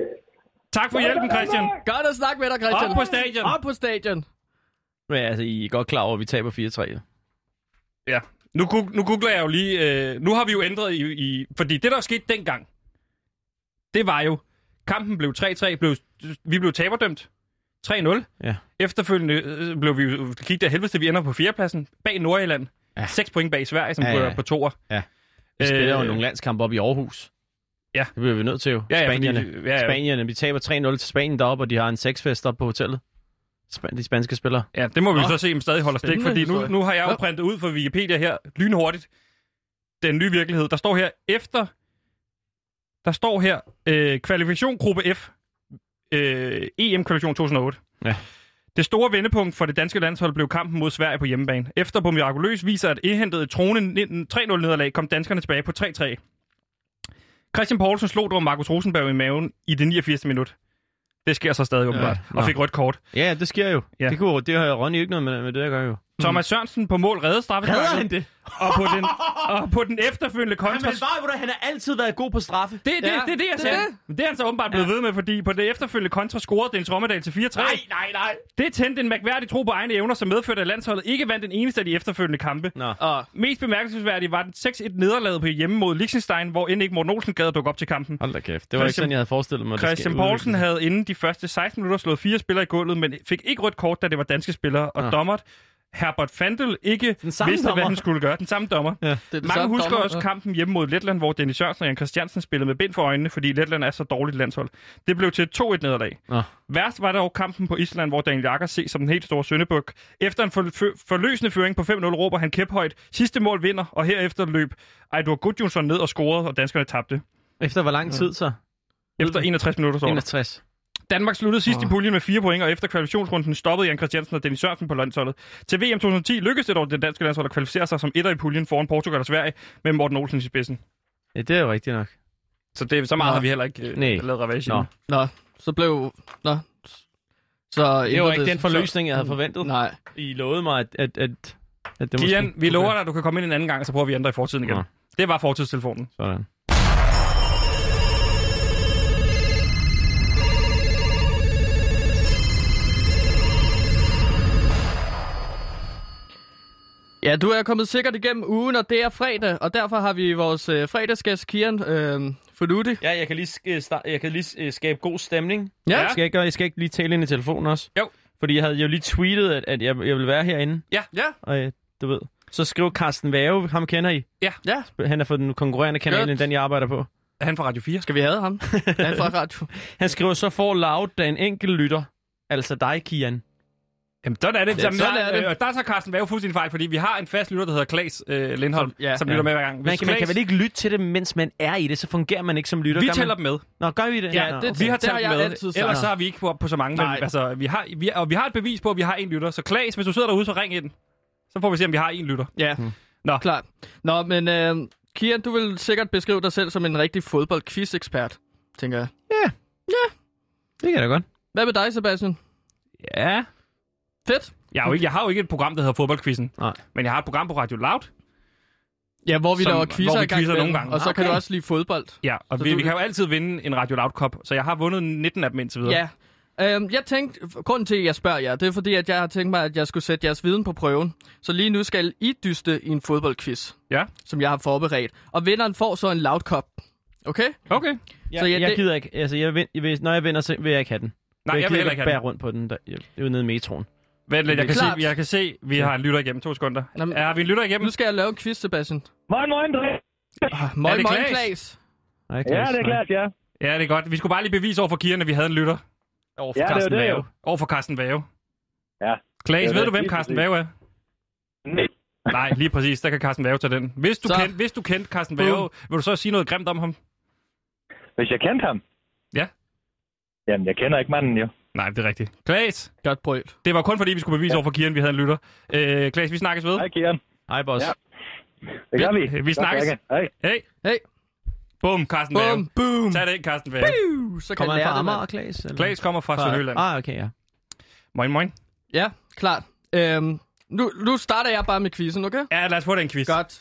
S1: Tak for hjælpen, Christian.
S2: Godt at snakke med dig, Christian.
S1: Op på stadion.
S2: Op på stadion.
S3: Men altså, I er godt klar over, at vi taber 4-3. jo.
S1: Ja. Nu, goog- nu googler jeg jo lige... Øh, nu har vi jo ændret i, i... Fordi det, der skete dengang, det var jo... Kampen blev 3-3. Blev, vi blev taberdømt. 3-0.
S3: Ja.
S1: Efterfølgende øh, blev vi jo- gik der helvede, til, vi ender på fjerdepladsen. Bag Nordjylland.
S3: Ja.
S1: Ja. 6 point bag Sverige, som
S3: Ja,
S1: ja,
S3: ja,
S1: ja.
S3: ja.
S1: på toer. Øh,
S3: Ja. Vi spiller jo nogle landskampe op i Aarhus.
S1: Ja.
S3: Det bliver vi nødt til jo.
S1: Ja, ja, fordi-
S3: Spanierne.
S1: ja, ja.
S3: Spanierne. Vi taber 3-0 til Spanien deroppe, og de har en sexfest op på hotellet. Span- de spanske spillere.
S1: Ja, det må vi så se, om stadig holder stik,
S2: Spændende
S1: fordi nu,
S2: historie.
S1: nu har jeg jo
S2: Nå.
S1: printet ud fra Wikipedia her, lynhurtigt, den nye virkelighed. Der står her, efter, der står her, øh, kvalifikation gruppe F, øh, EM-kvalifikation 2008.
S3: Ja.
S1: Det store vendepunkt for det danske landshold blev kampen mod Sverige på hjemmebane. Efter på mirakuløs viser, at indhentet trone 3-0-nederlag kom danskerne tilbage på 3-3. Christian Poulsen slog dog Markus Rosenberg i maven i det 89. minut. Det sker så stadig åbenbart, ja,
S3: nå.
S1: og fik rødt kort.
S3: Ja, ja, det sker jo.
S1: Ja.
S3: Det, kunne, det har Ronny ikke noget med, med det, jeg gør jo.
S1: Thomas Sørensen på mål redde straffesparket.
S3: Redder han det?
S1: Og på den, og på den efterfølgende kontra... Det,
S3: bare, hvor han har altid været god på straffe.
S1: det, det, det, er det, jeg
S2: det er
S1: sagde.
S2: det.
S1: Men det er han så åbenbart blevet ved med, fordi på det efterfølgende kontra scorede Dennis Rommedal til 4-3. Nej, nej, nej. Det tændte en mærkværdig tro på egne evner, som medførte, at landsholdet ikke vandt den eneste af de efterfølgende kampe.
S3: Nå.
S2: Og
S1: Mest bemærkelsesværdigt var den 6-1 nederlag på hjemme mod Liechtenstein, hvor end ikke Morten Olsen gad at dukke op til kampen.
S3: Hold da kæft. Det var ikke
S1: Christian-
S3: sådan, jeg havde forestillet mig. at det
S1: Christian
S3: skulle
S1: Poulsen
S3: udvikle sig.
S1: havde inden de første 16 minutter slået fire spillere i gulvet, men fik ikke rødt kort, da det var danske spillere. Og
S3: Ah.
S1: ja. dommert Herbert Fandel ikke vidste,
S3: samme
S1: hvad
S3: dommer.
S1: han skulle gøre. Den samme dommer. Ja.
S2: det er den
S1: Mange
S2: samme
S1: husker
S2: dommer,
S1: også
S2: ja.
S1: kampen hjemme mod Letland, hvor Dennis Sørensen og Jan Christiansen spillede med bind for øjnene, fordi Letland er så dårligt landshold. Det blev til et 2-1 nederlag.
S3: Nå.
S1: Værst var dog kampen på Island, hvor Daniel Jakker ses som den helt store søndebuk. Efter en for- fø- forløsende føring på 5-0 råber han kæphøjt. Sidste mål vinder, og herefter løb Ejdur Gudjonsson ned og scorede, og danskerne tabte.
S3: Efter hvor lang tid så?
S1: Efter 61 minutter så
S3: 61.
S1: Danmark sluttede sidst i puljen med fire point, og efter kvalifikationsrunden stoppede Jan Christiansen og Dennis Sørensen på landsholdet. Til VM 2010 lykkedes det dog det danske landshold at kvalificere sig som etter i puljen foran Portugal og Sverige med Morten Olsen i spidsen.
S3: Ja, det er jo rigtigt nok.
S1: Så, det, så meget har vi heller ikke øh,
S3: Nej.
S1: lavet ravage
S3: Nå.
S1: i.
S2: Nå, så blev... Nå. Så
S3: Det var ikke den forløsning, jeg havde forventet.
S2: Nej.
S3: I lovede mig, at, at, at, at det
S1: Kian,
S3: måske-
S1: vi lover dig, at du kan komme ind en anden gang, og så prøver vi at ændre i fortiden igen.
S3: Nå.
S1: Det var fortidstelefonen.
S3: Sådan.
S2: Ja, du er kommet sikkert igennem ugen, og det er fredag, og derfor har vi vores øh, fredagsgæst Kian øh, Fuluti.
S3: Ja, jeg kan lige, sk- øh, start, jeg kan lige øh, skabe god stemning.
S2: Ja.
S3: Jeg skal, ikke, jeg skal ikke lige tale ind i telefonen også.
S1: Jo.
S3: Fordi jeg havde jo lige tweetet, at, at jeg, jeg ville være herinde.
S1: Ja.
S2: Ja.
S3: Og, øh, du ved. Så skrev Carsten Vave, ham kender I.
S2: Ja,
S3: Han er fra den konkurrerende kanal,
S2: Godt.
S3: end den jeg arbejder på.
S1: Er han fra Radio 4?
S2: skal vi have ham? Ja, fra radio.
S3: Han skriver, så får Loud da en enkelt lytter. Altså dig, Kian.
S1: Jamen, sådan er det. Jamen,
S2: sådan
S1: der,
S2: er det.
S1: Øh, der er så Carsten Vave fuldstændig fejl, fordi vi har en fast lytter, der hedder Klaas øh, Lindholm, som,
S2: ja.
S1: ja, som lytter med hver gang. Hvis
S3: Man kan, man kan
S1: Claes-
S3: vel ikke lytte til det, mens man er i det, så fungerer man ikke som lytter.
S1: vi
S3: Gør man-
S1: tæller dem med.
S3: Nå, gør vi det?
S1: Ja,
S3: Nå,
S1: det,
S3: okay.
S1: vi har
S2: Det har
S1: talt
S2: jeg
S1: med.
S2: altid sagt.
S1: Ellers så har vi ikke på, på så mange. Men,
S2: Nej.
S1: altså, vi har, vi, og vi har et bevis på, at vi har en lytter. Så Klaas, hvis du sidder derude, så ring ind. Så får vi se, om vi har en lytter.
S2: Ja,
S3: Mm.
S1: Nå.
S2: klart. Nå, men øh, Kian, du vil sikkert beskrive dig selv som en rigtig fodboldquiz-ekspert, tænker jeg.
S3: det kan jeg da godt.
S2: Hvad med dig, Sebastian?
S1: Ja.
S2: Fedt.
S1: Jeg har, jo ikke, jeg har jo ikke et program, der hedder Fodboldquizzen.
S3: Nej.
S1: Men jeg har et program på Radio Loud.
S2: Ja, hvor vi
S1: Som-
S2: laver
S1: hvor
S2: quizzer Ah,
S1: vi
S2: i gang
S1: quizzer
S2: imellem,
S1: nogle gange.
S2: Og så kan
S1: Okay.
S2: du også lide fodbold.
S1: Ja, og
S2: Så
S1: vi,
S2: du-
S1: vi, kan jo altid vinde en Radio Loud Cup. Så jeg har vundet 19 af dem indtil videre.
S2: Ja. Øhm, jeg tænkte, grunden til, at jeg spørger jer, det er fordi, at jeg har tænkt mig, at jeg skulle sætte jeres viden på prøven. Så lige nu skal I dyste i en fodboldquiz,
S1: Ja,
S2: som jeg har forberedt. Og vinderen får så en loud cup. Okay?
S1: okay.
S3: Jeg,
S2: Så
S3: så
S2: ja,
S3: jeg, jeg
S2: det-
S3: gider ikke. Altså, jeg vind, jeg, vil- når jeg vinder, så vil jeg ikke have den.
S1: Nej, jeg vil
S3: gider
S1: heller ikke have
S3: bære
S1: den.
S3: rundt på den der, jeg, ude nede i metroen.
S1: Vent lidt, jeg kan, se,
S2: Klart.
S1: jeg kan se, vi har en lytter igennem. To sekunder.
S2: Jamen-
S1: Er vi en lytter igennem?
S2: Nu skal jeg lave en quiz, Sebastian.
S6: Moin, moin, Dre.
S2: Ah, Moin,
S1: det
S2: moin,
S1: Claes?
S2: Klaas.
S3: Nej,
S6: Ja, det er klart, ja.
S1: Ja, det er godt. Vi skulle bare lige bevise over for Kieran, at vi havde en lytter.
S3: Over for
S6: Ja, det er jo
S3: Carsten
S6: det, jo.
S3: Vave.
S1: Over for Carsten Vave.
S6: Ja.
S1: Klaas,
S6: Ja,
S1: ved du,
S6: det er
S1: hvem
S6: lige
S1: Carsten
S6: præcis.
S1: Vave er?
S6: Nej.
S1: Nej, lige præcis. Der kan Carsten Vave tage den. Hvis du,
S2: Så.
S1: kendte, hvis du kendte Carsten Vave, vil du så sige noget grimt om ham?
S6: Hvis jeg kendte ham?
S1: Ja.
S6: Jamen, jeg kender ikke manden, jo.
S1: Nej, det er rigtigt. Klaas,
S2: Godt brølt.
S1: det var kun fordi, vi skulle bevise over for Kieran, vi havde en lytter. Øh, Klaas, vi snakkes ved.
S6: Hej, Kieran.
S3: Hej, boss.
S6: Ja. Det gør vi.
S1: Øh, Vi snakkes.
S6: Godt, Hej.
S1: Hey.
S2: Hey.
S1: Bum, Carsten Vave.
S2: Bum, boom.
S1: Tag den, Carsten Vave.
S2: Piu, Så kan
S3: Kommer
S2: jeg
S3: han
S2: lære
S3: fra
S2: det,
S3: Amager,
S2: mand.
S3: Klaas? eller?
S1: Claes kommer fra
S3: Fra-
S1: Sønderjylland.
S3: Ah, okay, ja.
S1: Moin, moin.
S2: Ja, klart. Øhm, nu, nu starter jeg bare med quizzen, okay?
S1: Ja, lad os få den quiz.
S2: Godt.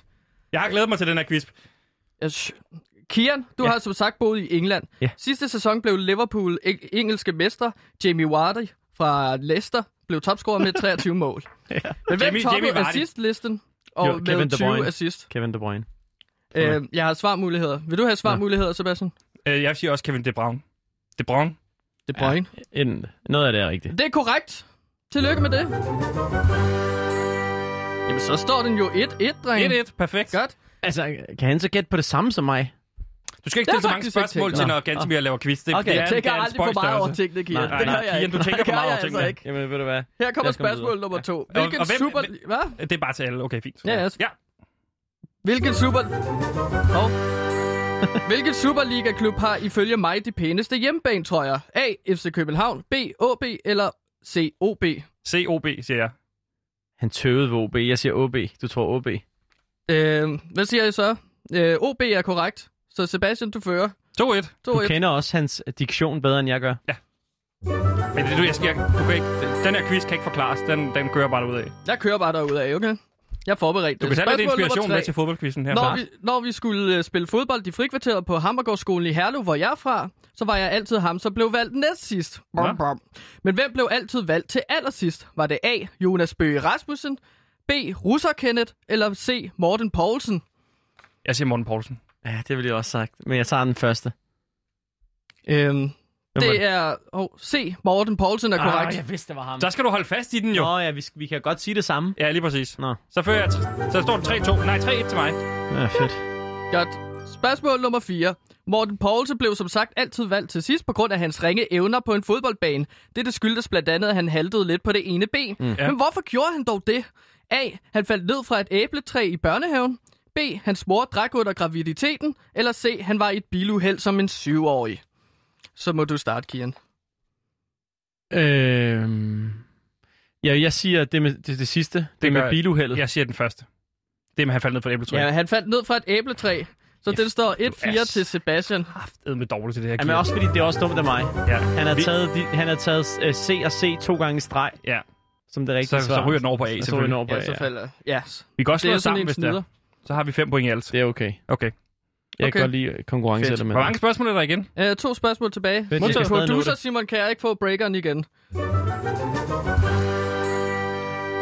S1: Jeg har glædet mig til den her quiz.
S2: Jeg sy- Kian, du ja. har som sagt boet i England.
S3: Ja.
S2: Sidste sæson blev Liverpool eng- engelske mester. Jamie Vardy fra Leicester blev topscorer med 23 mål. ja. Men hvem
S1: Jamie-
S2: toppede
S1: Jamie Vardy.
S2: assistlisten og
S3: Jo,
S2: jo, med
S3: Kevin De
S2: 20
S3: Bruyne.
S2: assist?
S3: Kevin De Bruyne.
S2: Øh, jeg har svarmuligheder. Vil du have svarmuligheder, Sebastian?
S1: Øh, jeg siger også Kevin De Bruyne. De Bruyne.
S2: Det er ja.
S3: En, noget af det er rigtigt.
S2: Det er korrekt. Tillykke med det. Jamen, så står den jo 1-1, dreng.
S1: 1-1. Perfekt.
S2: Godt.
S3: Altså, kan han så gætte på det samme som mig?
S1: Du skal ikke stille
S2: Det har
S1: så mange
S2: faktisk ikke
S1: spørgsmål
S2: tænkt.
S1: til,
S2: Nå.
S1: når Gantemir laver quiz. Det,
S3: Okay,
S1: det er
S2: Jeg
S1: en-
S2: tænker
S1: det er en
S2: aldrig for
S1: spøjs
S2: meget over
S1: størrelse.
S2: tingene, Kian.
S3: Nej,
S2: det
S1: nej,
S2: gør jeg
S1: Kian,
S2: ikke.
S1: du tænker
S2: Det
S1: for
S2: gør
S1: meget
S2: jeg
S1: over
S2: altså
S1: tingene.
S2: ikke.
S3: Jamen, ved du hvad?
S2: Her kommer
S3: Jeg skal
S2: spørgsmål
S3: videre.
S2: nummer to.
S1: Ja. Og-
S2: Hvilken
S1: og hvem-
S2: super...
S1: hvem-
S2: Hvad?
S1: Det er bare til alle. Okay, fint.
S2: Ja, ja.
S1: ja.
S2: Hvilken super... Hov. Hvilken Superliga-klub har ifølge mig de pæneste hjemmebanetrøjer? A. FC København, B. OB eller C. OB?
S1: COB, siger jeg.
S3: Han tøvede ved OB. Jeg siger OB. Du tror OB.
S2: Øh, hvad siger I så? Øh, OB er korrekt, så Sebastian, du fører
S1: 2-1.
S2: 2-1.
S3: Du kender også hans diktion bedre, end jeg gør.
S1: Men det, du, jeg skal, du kan ikke, den her quiz kan ikke forklares. Den, den kører bare ud af.
S2: Jeg kører bare derudad, okay? Jeg er forberedt.
S1: Du kan tage lidt
S2: Spørgsmål nummer
S1: inspiration
S2: tre.
S1: med til fodboldquizzen her.
S2: Når vi, når vi skulle øh, spille fodbold i frikvarteret på Hammergårdsskolen i Herlev, hvor jeg er fra, så var jeg altid ham, som blev valgt næst sidst.
S1: Nå.
S2: Brum, brum. Men hvem blev altid valgt til allersidst? Var det A. Jonas Bøge Rasmussen, B. Russer Kenneth eller C. Morten Poulsen?
S1: Jeg siger Morten Poulsen.
S2: Ah,
S3: Ja, det ville jeg også sagt. Men jeg tager den første.
S2: Øhm,
S3: var
S2: det
S3: det?
S2: er oh, C. Morten Poulsen er
S1: Ah,
S2: korrekt.
S3: jeg vidste, det var ham.
S1: Så skal du holde fast i den jo.
S3: Nå ja, vi, vi kan godt sige det samme.
S1: Ja, lige præcis.
S3: Nå.
S1: Så, fører jeg, tr- så står det 3-2. Nej, 3-1 til mig.
S3: Ja, fedt.
S2: Godt. Spørgsmål nummer 4. Morten Poulsen blev som sagt altid valgt til sidst på grund af hans ringe evner på en fodboldbane. Dette skyldtes blandt andet, at han haltede lidt på det ene ben. Mm.
S1: Ja.
S2: Men hvorfor gjorde han dog det? A. Han faldt ned fra et æbletræ i børnehaven. B. Hans mor drak under graviditeten. Eller C. Han var i et biluheld som en syvårig. Så må du starte, Kian.
S3: Øhm... Ja, jeg siger det, med, det, det sidste. Det, det
S1: gør
S3: med
S1: jeg.
S3: biluheldet.
S1: Jeg siger den første. Det med, at han faldt ned fra et æbletræ.
S2: Ja, han faldt ned fra et æbletræ. Så den står
S1: er
S2: 1-4 til Sebastian.
S1: Jeg er med dårligt til Ah, det her.
S3: Jamen
S1: Kieran.
S3: også fordi, det er også dumt af mig.
S1: ja.
S3: Han har
S1: Vi-
S3: taget, de, han har taget øh, C og C to gange i streg,
S1: Ja,
S3: som det rigtige
S1: så,
S3: svar.
S1: så ryger den over på A,
S3: Så ryger den
S1: selvfølgelig.
S3: over på
S2: Ja,
S3: A,
S2: så
S3: ja.
S2: falder. Ja,
S1: Vi kan også
S2: det
S1: slå
S2: er jo sådan
S1: sammen,
S2: en
S1: hvis det er.
S2: snider.
S1: Så har vi fem point i alt.
S3: Det er okay.
S1: Okay.
S3: Jeg
S2: Okay.
S3: kan godt lide øh, konkurrenceelement.
S1: Hvor mange spørgsmål er der igen?
S2: Uh, to spørgsmål tilbage.
S3: jeg
S2: Modtaget.
S3: kan stadig nå
S2: Producer
S3: det.
S2: Simon kan jeg ikke få breakeren igen.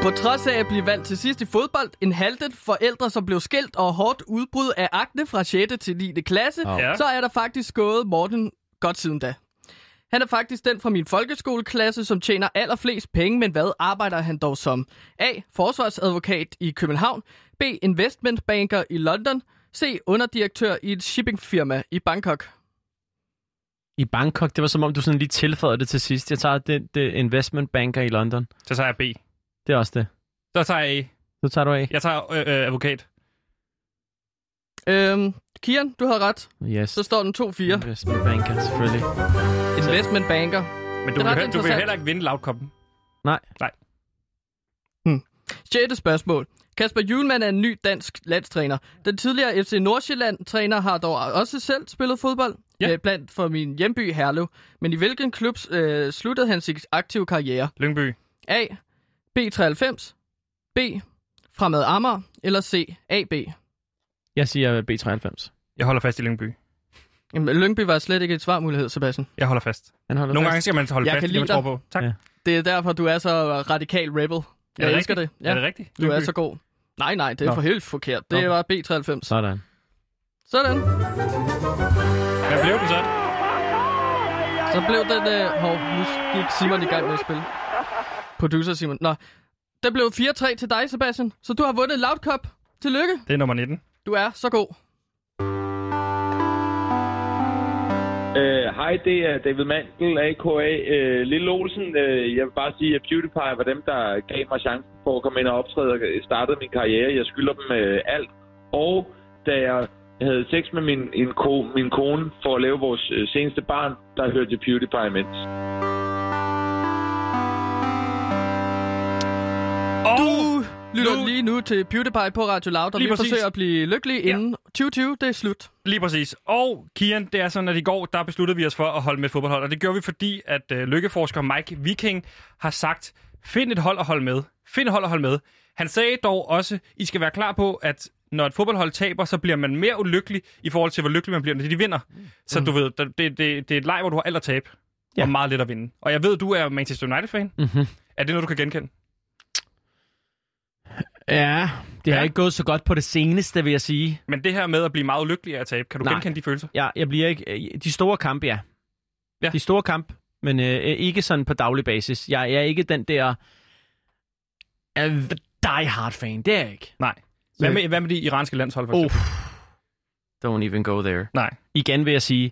S2: På trods af at blive valgt til sidst i fodbold, en haltet forældre, som blev skilt og hårdt udbrud af akne fra 6. til 9. klasse,
S3: Au.
S1: Ja.
S2: så er der faktisk gået Morten godt siden da. Han er faktisk den fra min folkeskoleklasse, som tjener allerflest penge, men hvad arbejder han dog som? A. Forsvarsadvokat i København. B. Investmentbanker i London. C. Underdirektør i et shippingfirma i Bangkok.
S3: I Bangkok, det var som om, du sådan lige tilføjede det til sidst. Jeg tager det, det investment banker i London.
S1: Så tager jeg B.
S3: Det er også det.
S1: Så tager jeg A.
S3: Så tager du af.
S1: Jeg tager øh, øh, advokat.
S2: Øhm, Kian, du havde ret.
S3: Yes.
S2: Så står den
S1: Mm,
S2: 2-4.
S3: Investment banker, selvfølgelig.
S2: Investment banker.
S1: Men du,
S2: Det
S1: vil, he-
S2: er ret
S1: du vil
S2: interessant.
S1: heller ikke vinde lavkoppen.
S3: Nej.
S2: Sjette spørgsmål. Kasper Julemand er en ny dansk landstræner. Den tidligere FC Nordsjælland-træner har dog også selv spillet fodbold.
S1: Ja.
S2: Ja. Blandt for min hjemby Herlev. Men i hvilken klub øh, sluttede han sin aktive karriere?
S1: Lyngby.
S2: A. B93. B. Fremad Amager. Eller C. AB.
S3: Jeg siger B93.
S1: Jeg holder fast i Lyngby.
S2: Jamen, Lyngby var slet ikke et svarmulighed, Sebastian.
S1: Jeg holder fast.
S3: Han holder
S1: Nogle
S3: fast.
S1: gange skal man holde
S2: Jeg
S1: fast
S2: kan
S1: i det, man
S2: lide
S1: tror på. Tak.
S3: Ja.
S2: Det er derfor, du er så radikal rebel. Jeg
S1: det
S2: elsker det.
S1: Er det rigtigt?
S2: Du er
S1: Lyngby?
S2: så god. Nej, nej, det er
S1: Nå.
S2: for helt forkert. Det
S3: Nå.
S2: var B93.
S3: Sådan.
S2: Sådan.
S1: Hvad blev den så?
S2: Så blev den... Øh, hov, nu gik Simon i gang med at spille. Producer Simon. Nå, det blev 4-3 til dig, Sebastian. Så du har vundet Loud Cup. Tillykke.
S1: Det er nummer 19.
S2: Du er så god.
S7: Øh, Hej, det er David Mandel, a.k.a. Øh, Lille Olsen. Øh, jeg vil bare sige, at PewDiePie var dem, der gav mig chancen for at komme ind og optræde og startede min karriere. Jeg skylder dem øh, alt. Og da jeg havde sex med min, en ko, min kone for at lave vores øh, seneste barn, der hørte jeg PewDiePie imens.
S2: Du lytter
S1: nu-
S2: nu. lige nu til PewDiePie på Radio Loud, og
S1: Lige
S2: vi
S1: præcis.
S2: forsøger at blive lykkelige
S1: Ja.
S2: inden 2020. Det er slut.
S1: Lige præcis. Og Kian, det er sådan, at i går, der besluttede vi os for at holde med et fodboldhold. Og det gjorde vi, fordi at øh, lykkeforsker Mike Viking har sagt, find et hold at holde med. Find et hold at holde med. Han sagde dog også, I skal være klar på, at når et fodboldhold taber, så bliver man mere ulykkelig i forhold til, hvor lykkelig man bliver, når de vinder. Så du ved, der- det, det, det er et leg, hvor du har alt at tabe. Ja.
S3: Mm. Ja.
S1: Og meget lidt at vinde. Og jeg ved, du er Manchester United-fan.
S3: Mhm.
S1: Er det noget, du kan genkende?
S3: Ja, det har
S1: Ja.
S3: ikke gået så godt på det seneste, vil jeg sige.
S1: Men det her med at blive meget ulykkelig af at tabe, kan du Nej.
S3: Nej.
S1: genkende de følelser?
S3: Ja, jeg bliver ikke... De store kampe, ja.
S1: Ja.
S3: De store kamp, men øh, ikke sådan på daglig basis. Jeg, jeg er ikke den der... Øh, die hard fan, det er jeg ikke.
S1: Nej. Hvad med, hvad med de iranske landshold, for
S3: Øh. Oh,
S1: eksempel?
S3: don't even go there.
S1: Nej,
S3: Igen vil jeg sige,